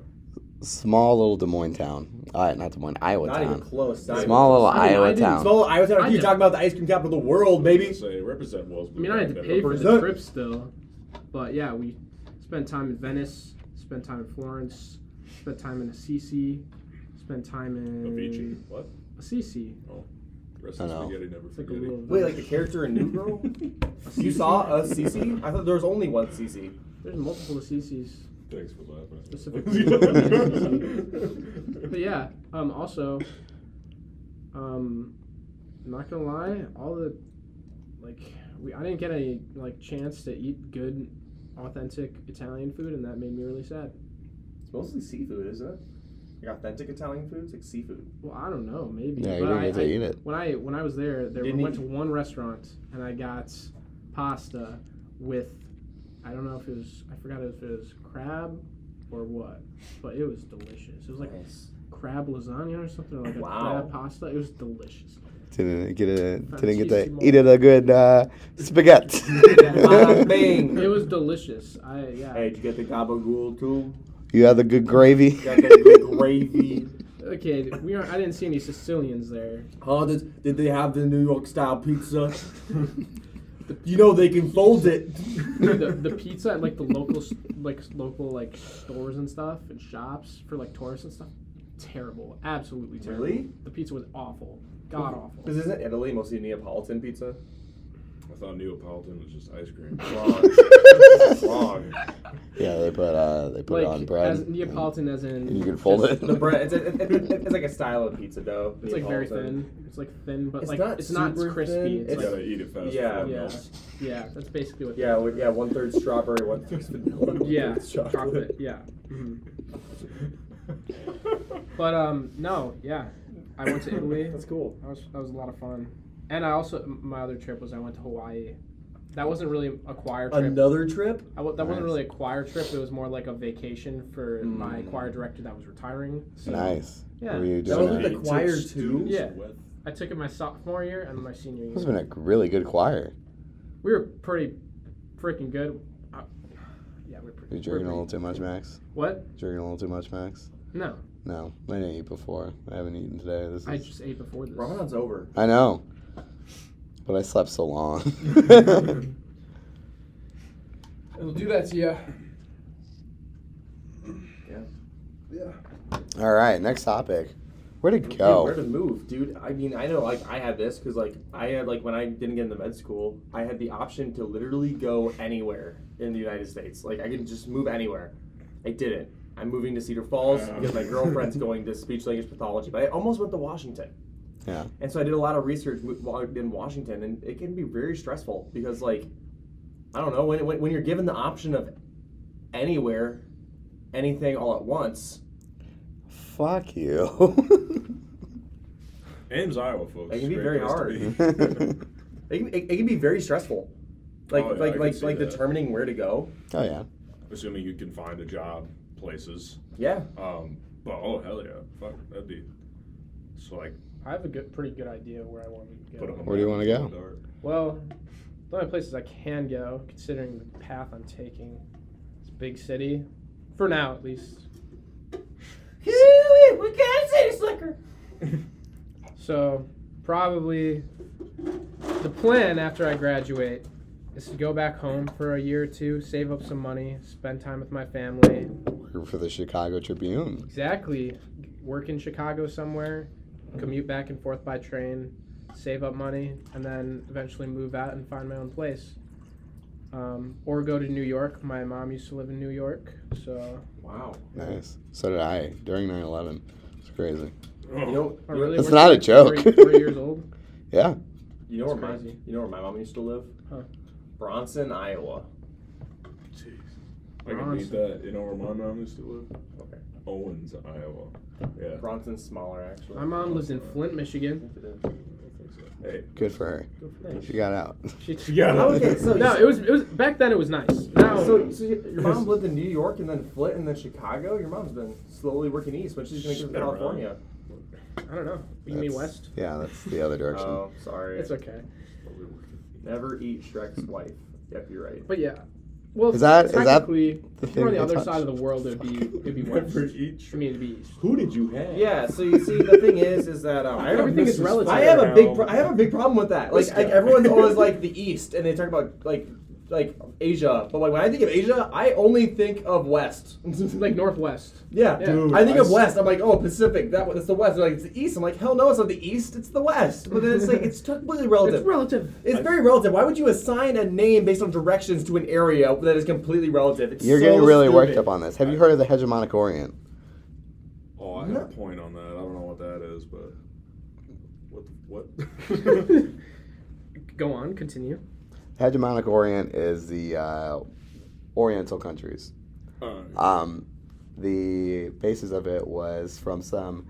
Speaker 1: small little Des Moines town. Uh, not Des Moines, Iowa
Speaker 3: Not even
Speaker 1: town.
Speaker 3: close. Not
Speaker 1: Small little
Speaker 2: I mean, I
Speaker 1: Iowa
Speaker 2: didn't
Speaker 1: town.
Speaker 3: Even, small Iowa
Speaker 2: I
Speaker 3: town. I keep
Speaker 2: did.
Speaker 3: talking about the ice cream capital of the
Speaker 2: (laughs)
Speaker 3: world, baby.
Speaker 5: Say represent Wellsburg.
Speaker 2: I mean, I had to
Speaker 5: I've
Speaker 2: pay
Speaker 5: never
Speaker 2: for
Speaker 5: been.
Speaker 2: the trip still, but yeah, we spent time in Venice, spent time in Florence, spent time in Assisi, spent time in
Speaker 5: Avicii. What?
Speaker 2: Assisi.
Speaker 5: Rest
Speaker 1: I
Speaker 5: in
Speaker 1: know.
Speaker 5: spaghetti, never
Speaker 2: It's like a
Speaker 5: forget.
Speaker 2: little
Speaker 3: Wait, like the character in
Speaker 2: (laughs)
Speaker 3: New Girl? you saw a CC? I thought there was only one CC.
Speaker 2: There's multiple Assisis.
Speaker 5: Thanks for laughing. (laughs)
Speaker 2: Specifically. But yeah, um, also, um, I'm not gonna lie, all the like we I didn't get any like chance to eat good, authentic Italian food, and that made me really sad.
Speaker 3: It's mostly seafood, isn't it? Like authentic Italian food? It's like seafood.
Speaker 2: Well, I don't know,
Speaker 1: (laughs)
Speaker 2: maybe.
Speaker 1: Yeah, you
Speaker 2: but
Speaker 1: didn't
Speaker 2: I,
Speaker 1: get to
Speaker 2: I-
Speaker 1: eat it.
Speaker 2: when I when I was there, there
Speaker 3: Didn't
Speaker 2: went
Speaker 3: eat.
Speaker 2: to one restaurant and I got pasta with I don't know if it was I forgot if it was crab or what, but it was delicious. It was like
Speaker 3: Nice.
Speaker 2: crab lasagna or something, or like
Speaker 3: Wow.
Speaker 2: a crab pasta. It was delicious.
Speaker 1: Didn't get a, didn't get
Speaker 2: Fancy
Speaker 1: to
Speaker 2: small-
Speaker 1: eat it a good uh,
Speaker 3: (laughs)
Speaker 1: spaghetti.
Speaker 3: Bada bing.
Speaker 2: It was delicious. I yeah.
Speaker 3: Hey, did you get the gabagool too?
Speaker 1: you had the good gravy.
Speaker 3: You got that (laughs) good gravy.
Speaker 2: Okay, we aren't. I didn't see any Sicilians there.
Speaker 3: Huh? Did, did they have the New York style pizza? you know they can fold it.
Speaker 2: the, the pizza at like the local s- like local like stores and stuff and shops for like tourists and stuff terrible absolutely terrible
Speaker 3: Really?
Speaker 2: the pizza was awful god awful
Speaker 3: Because isn't Italy mostly Neapolitan pizza?
Speaker 5: I thought Neapolitan was just ice
Speaker 2: (laughs)
Speaker 5: cream.
Speaker 3: Wrong. Wrong.
Speaker 1: yeah, they put uh, they put
Speaker 2: like
Speaker 1: it on bread.
Speaker 2: as Neapolitan as in
Speaker 1: You can fold
Speaker 2: just-
Speaker 1: it.
Speaker 3: The bread, it's, it, it, it, it's like a style of pizza dough.
Speaker 2: it's like very
Speaker 3: Neapolitan.
Speaker 2: thin it's like thin but
Speaker 3: It's
Speaker 2: like
Speaker 3: not
Speaker 2: it's not
Speaker 3: super
Speaker 2: crispy
Speaker 3: thin,
Speaker 2: It's,
Speaker 5: You
Speaker 3: it's-
Speaker 2: like
Speaker 5: gotta eat it fast.
Speaker 3: Yeah.
Speaker 5: before it
Speaker 2: Yeah.
Speaker 5: melts.
Speaker 2: yeah that's basically what
Speaker 3: Yeah, with, yeah, one third strawberry, one third vanilla,
Speaker 2: (laughs)
Speaker 3: one
Speaker 2: yeah
Speaker 3: third
Speaker 2: chocolate, yeah Mhm.
Speaker 3: (laughs)
Speaker 2: but um no yeah I went
Speaker 3: (laughs)
Speaker 2: to Italy
Speaker 3: That's cool.
Speaker 2: That was that was a lot of fun. And I also m- my other trip was I went to Hawaii. That wasn't really a choir trip.
Speaker 3: Another trip?
Speaker 2: I wa- that wasn't
Speaker 1: Nice.
Speaker 2: really a choir trip. It was more like a vacation for my
Speaker 3: Mm.
Speaker 2: choir director that was retiring. So
Speaker 1: nice.
Speaker 2: Yeah.
Speaker 1: Were you
Speaker 3: That
Speaker 1: doing
Speaker 3: was
Speaker 1: a-
Speaker 3: the choir too?
Speaker 2: Yeah.
Speaker 5: With
Speaker 2: I took it my sophomore year and my senior
Speaker 1: Must
Speaker 2: year.
Speaker 1: have been a really good choir.
Speaker 2: We were pretty freaking good. I, yeah, we were pretty.
Speaker 1: You
Speaker 2: we were
Speaker 1: drinking a little
Speaker 2: pretty-
Speaker 1: too much, Max?
Speaker 2: What?
Speaker 1: Drinking a little too much, Max?
Speaker 2: No,
Speaker 1: No, I didn't eat before. I haven't eaten today. This is.
Speaker 2: I
Speaker 1: I,
Speaker 2: just ate before this.
Speaker 3: Ramadan's over.
Speaker 1: know, but I slept so long.
Speaker 2: (laughs) It'll do that to you.
Speaker 1: All right, next topic. Where would it
Speaker 3: Dude, where
Speaker 1: go?
Speaker 3: to move, dude? I mean, I know, like, I had this because, like, I had, like, when I didn't get into med school, I had the option to literally go anywhere in the United States. Like, I could just move anywhere. I didn't. I'm moving to Cedar Falls
Speaker 5: Yeah.
Speaker 3: because my girlfriend's going to speech language pathology, but I almost went to Washington.
Speaker 1: Yeah.
Speaker 3: And so I did a lot of research w- while in Washington, and it can be very stressful because, like, I don't know, when, when, when you're given the option of anywhere, anything all at once,
Speaker 1: Fuck you. (laughs)
Speaker 5: Ames, Iowa, folks.
Speaker 3: It can be
Speaker 5: Great
Speaker 3: very
Speaker 5: place to
Speaker 3: hard.
Speaker 5: be.
Speaker 3: (laughs)
Speaker 1: oh
Speaker 3: it, can- it, it can be very stressful. Like,
Speaker 5: Oh, yeah, I
Speaker 3: like,
Speaker 5: can
Speaker 3: like,
Speaker 5: see
Speaker 3: like
Speaker 5: that.
Speaker 3: determining where to go.
Speaker 1: Oh, yeah.
Speaker 5: (laughs) Assuming you can find a job, places.
Speaker 3: Yeah.
Speaker 5: Um, but oh hell yeah, fuck, that'd be. So like,
Speaker 2: I have a good, pretty good idea where I want to go.
Speaker 5: put up a
Speaker 1: Where do you
Speaker 5: map,
Speaker 1: wanna go?
Speaker 5: put it out.
Speaker 2: Well, the only places I can go, considering the path I'm taking, is big city. For now, at least.
Speaker 3: We can't say slicker.
Speaker 2: So, probably the plan after I graduate is to go back home for a year or two, save up some money, spend time with my family.
Speaker 1: Working for the Chicago Tribune.
Speaker 2: Exactly. Work in Chicago somewhere, commute back and forth by train, save up money, and then eventually move out and find my own place. Um, or go to New York. My mom used to live in New York, so
Speaker 3: Wow.
Speaker 1: Nice. So did I during 9/11. It's crazy.
Speaker 3: You know,
Speaker 2: Oh,
Speaker 3: you know-
Speaker 2: really?
Speaker 1: That's
Speaker 2: We're
Speaker 1: not a joke.
Speaker 2: three, three years old.
Speaker 1: (laughs) Yeah.
Speaker 3: you know where
Speaker 2: That's
Speaker 3: my,
Speaker 2: crazy.
Speaker 3: you know where my mom used to live?
Speaker 2: Huh.
Speaker 3: Bronson, Iowa.
Speaker 5: Jeez. I can beat
Speaker 2: Bronson.
Speaker 5: that. You know where my mom used to live?
Speaker 3: Okay.
Speaker 5: Owens, Iowa. Yeah.
Speaker 3: Bronson's smaller, actually.
Speaker 2: My mom lives in Flint, Michigan.
Speaker 3: I think it is.
Speaker 5: I think Hey,
Speaker 1: Good for her. She got out.
Speaker 2: She, (laughs)
Speaker 5: she got
Speaker 3: Oh,
Speaker 5: it.
Speaker 3: okay, so-
Speaker 2: no, it was it was back then. It was nice. Now
Speaker 3: So, so y- your mom lived in New York and then Flint and then Chicago. Your mom's been slowly working east, but she's gonna
Speaker 5: She's
Speaker 3: go to
Speaker 5: been around.
Speaker 3: California.
Speaker 2: I don't know. You mean
Speaker 1: That's-
Speaker 2: west?
Speaker 1: Yeah, that's the other direction.
Speaker 3: Oh, sorry.
Speaker 2: It's okay.
Speaker 3: Never eat Shrek's wife. Yep, you're right.
Speaker 2: But yeah. Well,
Speaker 1: Is that- is that
Speaker 2: technically,
Speaker 1: the
Speaker 2: if you were
Speaker 1: thing
Speaker 2: on the
Speaker 1: they
Speaker 2: other
Speaker 1: touched?
Speaker 2: side of the world, it would be it
Speaker 5: (laughs)
Speaker 2: would be west.
Speaker 5: Never eat
Speaker 2: I mean, it'd be east.
Speaker 5: Who did you have?
Speaker 3: Yeah. So you see, the thing is, is that
Speaker 2: (laughs)
Speaker 3: um,
Speaker 2: Everything is relative.
Speaker 3: I have a big,
Speaker 5: problem.
Speaker 3: pro- I have a big problem with that. Like,
Speaker 5: This
Speaker 3: like
Speaker 2: (laughs)
Speaker 5: guy.
Speaker 3: everyone's always like the East, and they talk about like, like Asia. But like when I think of Asia, I only think of West. (laughs)
Speaker 2: Like northwest.
Speaker 3: yeah,
Speaker 2: Yeah.
Speaker 5: Dude,
Speaker 3: I think
Speaker 5: I
Speaker 3: of
Speaker 5: s-
Speaker 3: West. I'm like, oh, Pacific. That one- that's the West. They're like, it's the East. I'm like, hell no, it's not the East. It's the West. But then it's
Speaker 2: (laughs)
Speaker 3: like, it's completely relative.
Speaker 2: It's relative.
Speaker 3: It's very relative. Why would you assign a name based on directions to an area that is completely relative? It's
Speaker 1: You're
Speaker 3: so
Speaker 1: getting really worked
Speaker 3: stupid.
Speaker 1: up on this. Have you heard of the hegemonic Orient?
Speaker 5: Oh, I had a
Speaker 3: No.
Speaker 5: point on that. I don't know what that is, but what?
Speaker 1: (laughs)
Speaker 5: What?
Speaker 2: Go on, continue.
Speaker 1: Hegemonic Orient is the uh, Oriental countries.
Speaker 5: Alright.
Speaker 1: Um, the basis of it was from some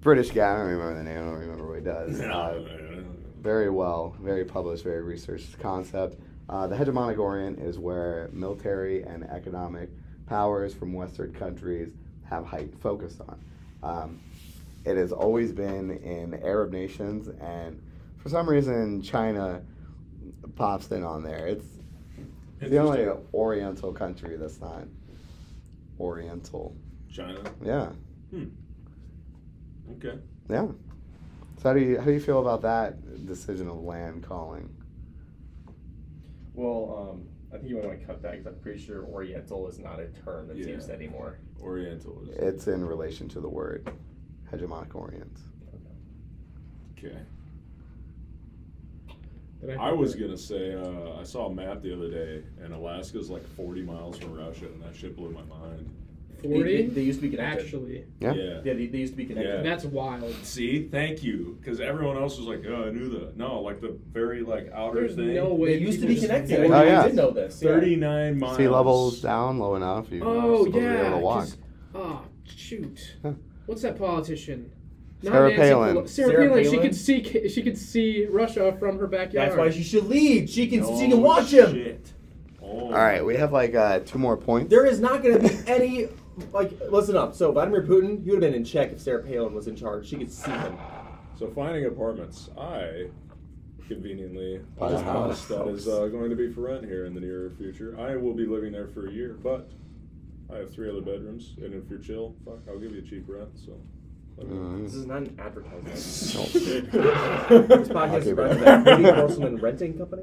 Speaker 1: British guy. I don't remember the name. I don't remember what he
Speaker 5: (laughs)
Speaker 1: does. Uh, very well, very published, very researched concept. Uh, the hegemonic Orient is where military and economic powers from Western countries have heightened focus on. Um, it has always been in Arab nations, and for some reason, China pops in on there. It's the only
Speaker 5: Interesting.
Speaker 1: Oriental country that's not Oriental.
Speaker 5: China.
Speaker 1: Yeah,
Speaker 5: Okay.
Speaker 1: yeah. So how do you how do you feel about that decision of land calling?
Speaker 3: Well, um, I think you might want to cut that because I'm pretty sure Oriental is not a term
Speaker 5: that's Yeah. used
Speaker 3: anymore.
Speaker 5: Oriental is
Speaker 1: It's in relation to the word hegemonic orient.
Speaker 5: okay.
Speaker 2: Did
Speaker 5: I was gonna say uh, I saw a map the other day, and Alaska's like 40 miles from Russia, and that shit blew my mind.
Speaker 3: They,
Speaker 2: forty.
Speaker 3: they used to be connected.
Speaker 2: Actually,
Speaker 1: Yeah.
Speaker 5: yeah.
Speaker 3: Yeah, they, they used to be connected.
Speaker 5: Yeah.
Speaker 2: that's wild.
Speaker 5: See, thank you, because everyone else was like, "Oh, I knew that." No, like the very like outer
Speaker 2: There's
Speaker 5: thing.
Speaker 2: no way.
Speaker 3: They used to
Speaker 2: people
Speaker 3: be
Speaker 2: just-
Speaker 3: connected.
Speaker 1: Oh,
Speaker 3: I
Speaker 1: yeah.
Speaker 3: did know this. yeah.
Speaker 5: 39 miles.
Speaker 1: Sea levels down low enough, you're supposed
Speaker 2: Oh
Speaker 1: to be able
Speaker 2: yeah.
Speaker 1: to walk.
Speaker 2: 'cause- Oh shoot.
Speaker 1: Huh.
Speaker 2: What's that politician?
Speaker 1: Sarah
Speaker 2: Nancy
Speaker 1: Palin.
Speaker 2: Pelosi. Sarah,
Speaker 3: Sarah
Speaker 2: Palin. She
Speaker 3: Palin?
Speaker 2: could see. She could see Russia from her backyard.
Speaker 3: That's why she should lead. She can
Speaker 5: Oh,
Speaker 3: she can watch him.
Speaker 5: Shit. Oh.
Speaker 1: All right, we have like uh, two more points.
Speaker 3: There is not going to be any. Like, listen up. So Vladimir Putin, you would have been in check if Sarah Palin was in charge. She could see him.
Speaker 5: So finding apartments, I conveniently
Speaker 1: Bought a
Speaker 5: bought a house
Speaker 1: house.
Speaker 5: that is uh, going to be for rent here in the near future. I will be living there for a year, but I have three other bedrooms, and if you're chill, fuck, I'll give you a cheap rent. So. let me know.
Speaker 1: Mm.
Speaker 3: This is not an
Speaker 5: (laughs)
Speaker 3: advertisement. This
Speaker 1: I'll
Speaker 3: podcast is
Speaker 1: keep
Speaker 3: brought to
Speaker 1: it
Speaker 3: you by
Speaker 1: up.
Speaker 3: Cody Corselman Renting Company.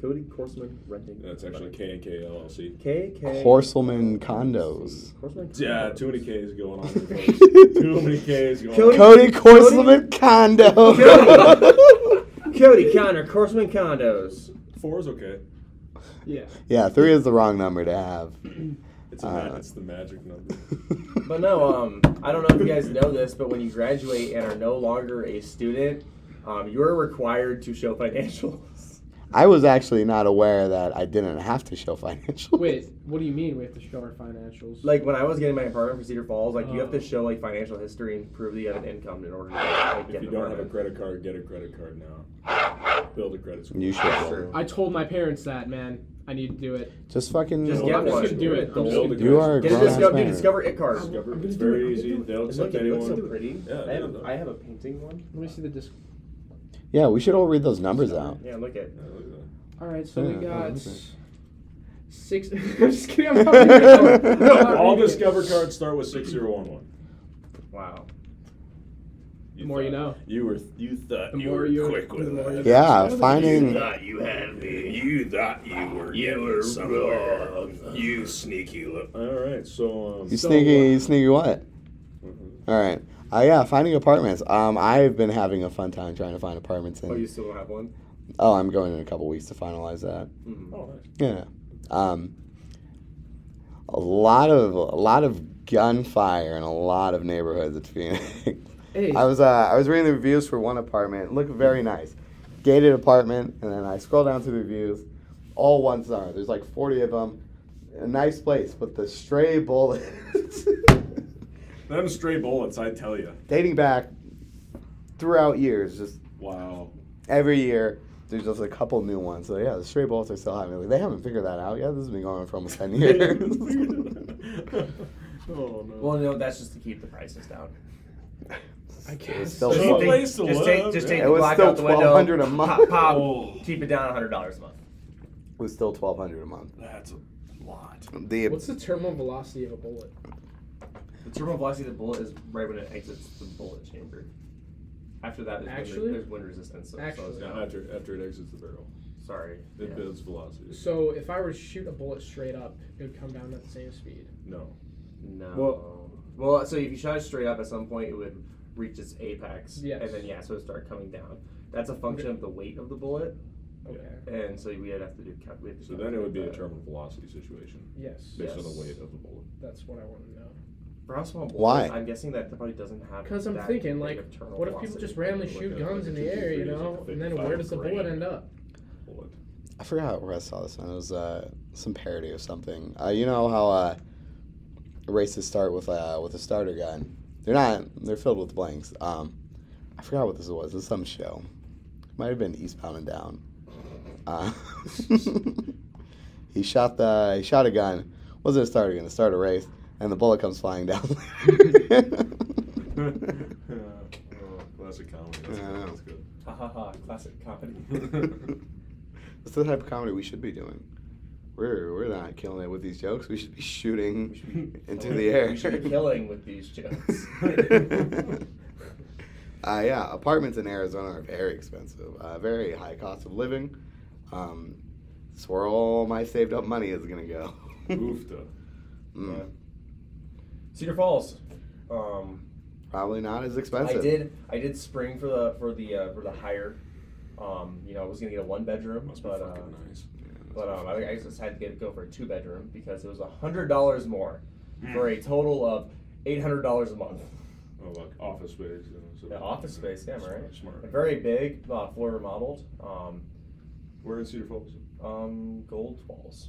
Speaker 3: Cody Corselman Renting.
Speaker 5: That's actually K and K LLC.
Speaker 3: K K.
Speaker 1: Horselman condos.
Speaker 3: Corselman.
Speaker 5: Yeah, too many K's going on. here, folks. too many K's going
Speaker 3: Cody-
Speaker 1: Cody
Speaker 5: on.
Speaker 1: Corselman condo.
Speaker 3: Cody.
Speaker 5: (laughs)
Speaker 3: Cody Connor Corselman Condos.
Speaker 5: Four is okay.
Speaker 2: Yeah.
Speaker 1: (laughs) yeah, three is the wrong number to
Speaker 3: (clears throat)
Speaker 1: have.
Speaker 5: It's a
Speaker 1: (laughs)
Speaker 5: ma-
Speaker 1: Uh,
Speaker 5: it's the
Speaker 1: (laughs)
Speaker 5: magic number.
Speaker 3: But no, um, I don't know if you guys know this, but when you graduate and are no longer a student, um, you are required to show financials. (laughs)
Speaker 1: I was actually not aware that I didn't have to show financials.
Speaker 2: Wait. What do you mean we have to show our financials?
Speaker 3: Like when I was getting my apartment for Cedar Falls, like you have
Speaker 5: Oh.
Speaker 3: to show like financial history and prove that you have an income in order to like,
Speaker 5: If
Speaker 3: get
Speaker 5: you
Speaker 3: an
Speaker 5: don't have a
Speaker 3: apartment.
Speaker 5: credit card, get a credit card now. Build a credit
Speaker 1: (laughs)
Speaker 5: score.
Speaker 1: You should.
Speaker 5: Build
Speaker 2: I told my parents that man. I need to do it.
Speaker 1: Just fucking.
Speaker 3: Just
Speaker 2: I'm
Speaker 3: get
Speaker 2: just
Speaker 3: one.
Speaker 2: gonna do it. I'm just
Speaker 5: Build
Speaker 2: gonna
Speaker 5: a
Speaker 2: do
Speaker 1: you are a
Speaker 3: Get a
Speaker 1: grown-ass
Speaker 3: discover, dude,
Speaker 1: man.
Speaker 3: discover it card.
Speaker 2: I'm
Speaker 5: Discover.
Speaker 2: gonna
Speaker 5: It's
Speaker 2: do it. I'm
Speaker 5: very
Speaker 2: gonna
Speaker 5: easy.
Speaker 2: do it.
Speaker 5: They'll
Speaker 3: And
Speaker 5: accept
Speaker 3: Look, it looks so
Speaker 5: anyone.
Speaker 3: pretty.
Speaker 5: Yeah,
Speaker 3: I, have
Speaker 5: yeah.
Speaker 3: a, I have a painting one.
Speaker 2: Let me see the disc.
Speaker 1: Yeah, we should all read those numbers out.
Speaker 3: Yeah, look at.
Speaker 5: Yeah, look at that.
Speaker 2: All right. So
Speaker 1: Yeah,
Speaker 2: we got
Speaker 1: what is it?
Speaker 2: six. (laughs) I'm just kidding. I'm not
Speaker 1: (laughs)
Speaker 2: reading it.
Speaker 1: No,
Speaker 2: I'm not (laughs)
Speaker 5: all
Speaker 2: reading it.
Speaker 5: Discover cards start with six zero one one.
Speaker 3: Wow.
Speaker 2: The more you know.
Speaker 5: You were you thought
Speaker 2: The
Speaker 5: you
Speaker 2: more
Speaker 5: were
Speaker 2: you-
Speaker 5: quick with
Speaker 2: the more
Speaker 5: that.
Speaker 2: you-
Speaker 1: Yeah,
Speaker 5: You
Speaker 1: finding.
Speaker 5: thought you had me. You thought you were. You were wrong. You sneaky look. All right, so um.
Speaker 1: You
Speaker 2: So,
Speaker 1: sneaky,
Speaker 2: uh,
Speaker 1: sneaky what?
Speaker 5: mhm.
Speaker 1: All right. Uh, yeah, finding apartments. Um, I've been having a fun time trying to find apartments. In,
Speaker 3: Oh,
Speaker 1: oh,
Speaker 3: you still don't have one?
Speaker 1: I'm going in a couple weeks to finalize that.
Speaker 3: Mm.
Speaker 5: Oh, nice.
Speaker 1: Yeah. Um, a lot of a lot of gunfire in a lot of neighborhoods at Phoenix.
Speaker 2: Hey.
Speaker 1: (laughs) I was uh, I was reading the reviews for one apartment. It looked very nice, gated apartment, and then I scroll down to the reviews. All one star. There's like 40 of them. A nice place, but the stray bullets. (laughs)
Speaker 5: Them stray bullets, I tell you.
Speaker 1: dating back throughout years, just
Speaker 5: Wow.
Speaker 1: Every year, there's just a couple new ones. So yeah, the stray bullets are still happening. Like, they haven't figured that out yet. This has been going on for almost ten years.
Speaker 5: oh no.
Speaker 6: Well, no, that's just to keep the prices down.
Speaker 2: I
Speaker 1: It's
Speaker 2: guess.
Speaker 1: still
Speaker 5: Just
Speaker 1: fun.
Speaker 5: think- place to
Speaker 6: just
Speaker 5: live,
Speaker 6: take, just
Speaker 5: yeah.
Speaker 6: take
Speaker 1: It
Speaker 6: the
Speaker 1: was
Speaker 6: block
Speaker 1: still
Speaker 6: out the window.
Speaker 1: $1,200 a month.
Speaker 6: Pop, pop,
Speaker 5: Oh.
Speaker 6: keep it down hundred dollars a month.
Speaker 1: It was still twelve hundred a month.
Speaker 5: That's a lot.
Speaker 1: The
Speaker 2: What's the terminal velocity of a bullet?
Speaker 6: The turbo velocity of the bullet is right when it exits the bullet chamber. After that, there's,
Speaker 2: Actually-
Speaker 6: wind, there's wind resistance, so it slows
Speaker 2: Actually.
Speaker 5: Yeah,
Speaker 6: down.
Speaker 5: after after it exits the barrel,
Speaker 6: Sorry.
Speaker 5: it
Speaker 6: yeah.
Speaker 5: builds velocity.
Speaker 2: So if I were to shoot a bullet straight up, it would come down at the same speed.
Speaker 5: No.
Speaker 6: No.
Speaker 3: Well- Well, so if you shot it straight up, at some point it would reach its apex,
Speaker 2: Yes.
Speaker 3: and then yeah, so it would start coming down. That's a function of the weight of the bullet,
Speaker 2: Okay.
Speaker 3: and so we would have to do. cal- we have to
Speaker 5: So then it would be a
Speaker 3: calculate that.
Speaker 5: terminal velocity situation
Speaker 2: Yes.
Speaker 5: based on
Speaker 3: Yes.
Speaker 5: the weight of the bullet.
Speaker 2: That's what I want to know.
Speaker 3: For how small bullets,
Speaker 1: Why?
Speaker 3: I'm guessing that probably doesn't have.
Speaker 2: Because I'm
Speaker 3: that
Speaker 2: thinking,
Speaker 3: big
Speaker 2: like,
Speaker 3: of terminal
Speaker 2: what if people
Speaker 3: velocity.
Speaker 2: just randomly
Speaker 5: Like
Speaker 2: shoot
Speaker 5: a-
Speaker 2: guns in
Speaker 5: like a
Speaker 2: the air, you
Speaker 5: 223 is
Speaker 3: (laughs)
Speaker 2: know?
Speaker 5: like a
Speaker 2: And then
Speaker 5: 55
Speaker 2: where does the bullet
Speaker 5: grain.
Speaker 2: end up?
Speaker 5: Bullet.
Speaker 1: I forgot where I saw this one. It was uh, some parody of something. Uh, you know how uh, races start with uh, with a starter gun. They're not. They're filled with blanks. Um, I forgot what this was. It was some show. Might have been Eastbound and Down. Uh, (laughs) he shot the. He shot a gun. Wasn't a starter gun. To start a race, and the bullet comes flying down. (laughs)
Speaker 5: Oh, classic comedy. That's
Speaker 1: Yeah.
Speaker 5: good. That's good.
Speaker 6: Ha ha ha! Classic
Speaker 3: (laughs)
Speaker 5: (laughs)
Speaker 6: comedy.
Speaker 1: (laughs) That's the type of comedy we should be doing. We're we're not killing it with these jokes. We should be shooting (laughs) into the air.
Speaker 3: We should be killing with
Speaker 5: (laughs)
Speaker 3: these jokes.
Speaker 1: (laughs) uh, yeah, apartments in Arizona are very expensive. Uh, very high cost of living. Um, that's where all my saved up money is gonna go.
Speaker 5: Oofta.
Speaker 1: (laughs) Mm,
Speaker 3: Yeah. Cedar Falls. Um,
Speaker 1: Probably not as
Speaker 3: I
Speaker 1: expensive.
Speaker 3: did. I did spring for the for the uh, for the higher. Um, you know, I was gonna get a one bedroom,
Speaker 5: Must be
Speaker 3: but uh,
Speaker 5: fucking nice.
Speaker 3: but um, I, I decided to get go for a two bedroom because it was a hundred dollars more for
Speaker 5: Hmm.
Speaker 3: a total of eight hundred dollars a month.
Speaker 5: Oh, like office space. You know, so
Speaker 3: Yeah, office space, yeah,
Speaker 5: smart,
Speaker 3: right.
Speaker 5: Smart.
Speaker 3: A very big uh, floor remodeled. Um,
Speaker 5: We're in Cedar Falls.
Speaker 3: um, gold walls.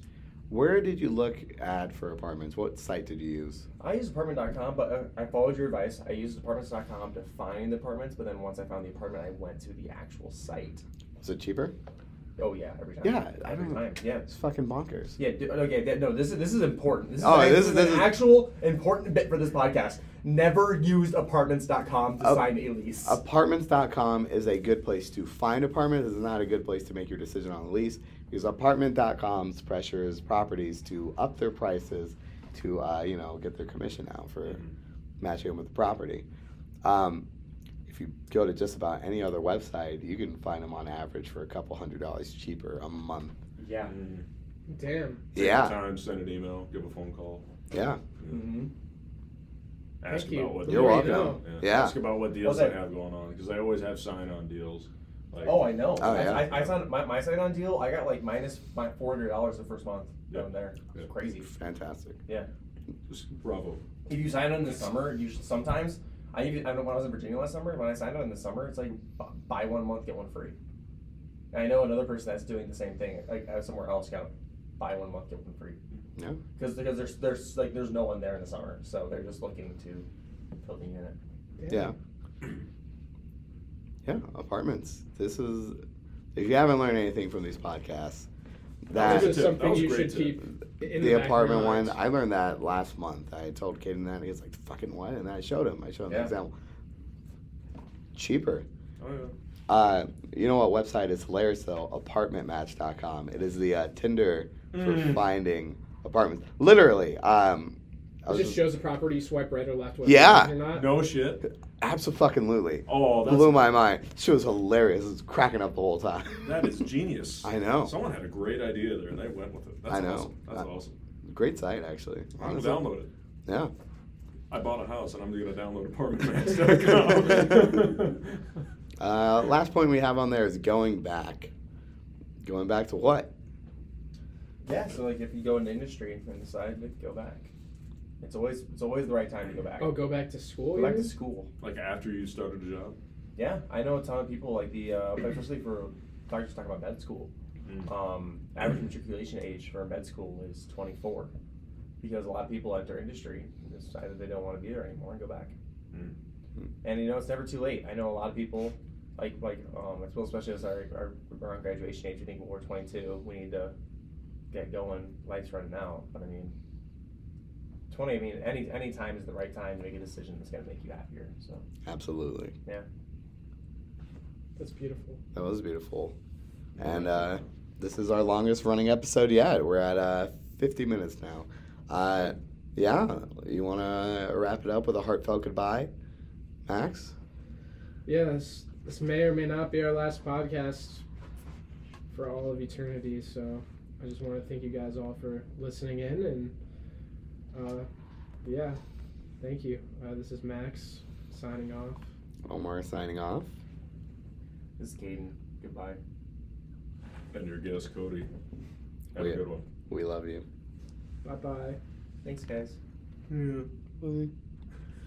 Speaker 1: Where did you look at for apartments? What site did you use?
Speaker 3: I used apartment.com, but uh, I followed your advice. I used apartments.com to find the apartments, but then once I found the apartment, I went to the actual site.
Speaker 1: Was it cheaper?
Speaker 3: Oh yeah, every time.
Speaker 1: Yeah, I
Speaker 3: every
Speaker 1: don't-
Speaker 3: time. Yeah.
Speaker 1: It's fucking bonkers.
Speaker 3: Yeah. d okay. That, no, this is this is important. This is,
Speaker 1: Oh,
Speaker 3: an,
Speaker 1: this
Speaker 3: this
Speaker 1: is-
Speaker 3: is
Speaker 1: this
Speaker 3: an
Speaker 1: is-
Speaker 3: actual important bit for this podcast. Never use apartments.com to
Speaker 1: Up-
Speaker 3: sign a lease.
Speaker 1: Apartments.com is a good place to find apartments. It's not a good place to make your decision on a lease because apartment.com's pressures properties to up their prices to uh, you know get their commission out for matching them with the property. Um, if you go to just about any other website, you can find them on average for a couple hundred dollars cheaper a month.
Speaker 3: yeah.
Speaker 5: Mm.
Speaker 2: Damn.
Speaker 5: Take the
Speaker 1: Yeah,
Speaker 5: Time, send an email, give a phone call,
Speaker 1: yeah.
Speaker 3: Mm-hmm.
Speaker 5: ask
Speaker 2: Thank you.
Speaker 5: about what
Speaker 2: The
Speaker 1: You're
Speaker 2: more
Speaker 5: deals
Speaker 2: you
Speaker 5: they
Speaker 1: welcome.
Speaker 5: have.
Speaker 1: Yeah.
Speaker 5: Ask about what deals
Speaker 3: Okay.
Speaker 5: they have going on because I always have sign on deals. Like,
Speaker 3: Oh, I know.
Speaker 1: Oh,
Speaker 3: I-
Speaker 1: yeah.
Speaker 3: I, I signed my, my sign on deal. I got like minus my four hundred dollars the first month
Speaker 5: Yeah.
Speaker 3: down there. It was
Speaker 5: Yeah.
Speaker 3: crazy.
Speaker 1: Fantastic.
Speaker 5: just bravo.
Speaker 3: If you sign on in the summer, you should, sometimes I even I know when I was in Virginia last summer, when I signed on in the summer, it's like bu- buy one month get one free. And I know another person that's doing the same thing, like uh, somewhere else, got buy one month get one free.
Speaker 1: Yeah.
Speaker 3: Because because there's there's like there's no one there in the summer, so they're just looking to fill the unit.
Speaker 2: Damn.
Speaker 1: Yeah. Yeah, apartments. This is if you haven't learned anything from these podcasts, that
Speaker 2: This is
Speaker 5: That
Speaker 2: something
Speaker 5: was a
Speaker 2: you
Speaker 5: great
Speaker 2: should
Speaker 5: tip.
Speaker 2: keep
Speaker 1: the,
Speaker 2: in the, back of your
Speaker 1: apartment one,
Speaker 2: minds.
Speaker 1: I learned that last month. I told Caden that and he was like, "Fucking what?" And I showed him. I showed him the
Speaker 3: Yeah.
Speaker 1: example. Cheaper.
Speaker 5: Oh yeah.
Speaker 1: Uh, you know what website is hilarious though? Apartmentmatch.com. It is the uh, Tinder for
Speaker 5: Mm.
Speaker 1: finding apartments. Literally. Um, I
Speaker 2: It
Speaker 1: was
Speaker 2: just
Speaker 1: just,
Speaker 2: shows the property you swipe right or left. whether
Speaker 1: Yeah.
Speaker 2: you're not.
Speaker 5: No shit.
Speaker 1: absolutely
Speaker 5: Oh, that's,
Speaker 1: blew my mind. She was hilarious. I was cracking up the whole time.
Speaker 5: (laughs) that
Speaker 1: (laughs)
Speaker 5: is genius.
Speaker 1: I know.
Speaker 5: Someone had a great idea there and they went with it. That's
Speaker 1: I know.
Speaker 5: awesome. That's
Speaker 1: Uh,
Speaker 5: awesome.
Speaker 1: Great site, actually.
Speaker 5: I'm gonna
Speaker 1: Honestly.
Speaker 5: download it.
Speaker 1: Yeah.
Speaker 5: I bought a house and I'm gonna download apartmentmax.com.
Speaker 1: Uh, last point we have on there is going back. Going back to what?
Speaker 3: Yeah, so like if you go into industry and decide to go back, it's always it's always the right time to go back.
Speaker 2: Oh, go back to school.
Speaker 3: Go back
Speaker 2: you
Speaker 3: to
Speaker 2: mean?
Speaker 3: school.
Speaker 5: like after you started a job.
Speaker 3: Yeah, I know a ton of people like the uh, especially for doctors talking about med school.
Speaker 5: Mm.
Speaker 3: Um, average matriculation age for med school is 24, because a lot of people enter industry and decide that they don't want to be there anymore and go back.
Speaker 5: Mm.
Speaker 3: And you know it's never too late. I know a lot of people. like like um, I suppose especially as our, our we're on graduation age, we think we're 22, we need to get going. Lights running out, but I mean, 20. I mean, any any time is the right time to make a decision that's gonna make you happier. So
Speaker 1: Absolutely.
Speaker 2: That's beautiful.
Speaker 1: That was beautiful. And uh, this is our longest running episode yet. We're at uh, 50 minutes now. Uh, yeah, you want to wrap it up with a heartfelt goodbye, Max?
Speaker 2: Yeah, this, this may or may not be our last podcast for all of eternity. So I just want to thank you guys all for listening in. And uh, yeah, thank you. Uh, this is Max signing off.
Speaker 1: Omar signing off.
Speaker 3: this is Caden. Goodbye.
Speaker 5: And your guest, Cody. Have a
Speaker 1: Yeah.
Speaker 5: good one.
Speaker 1: We love you.
Speaker 2: Bye bye.
Speaker 3: Thanks, guys.
Speaker 2: Yeah.
Speaker 1: Bye.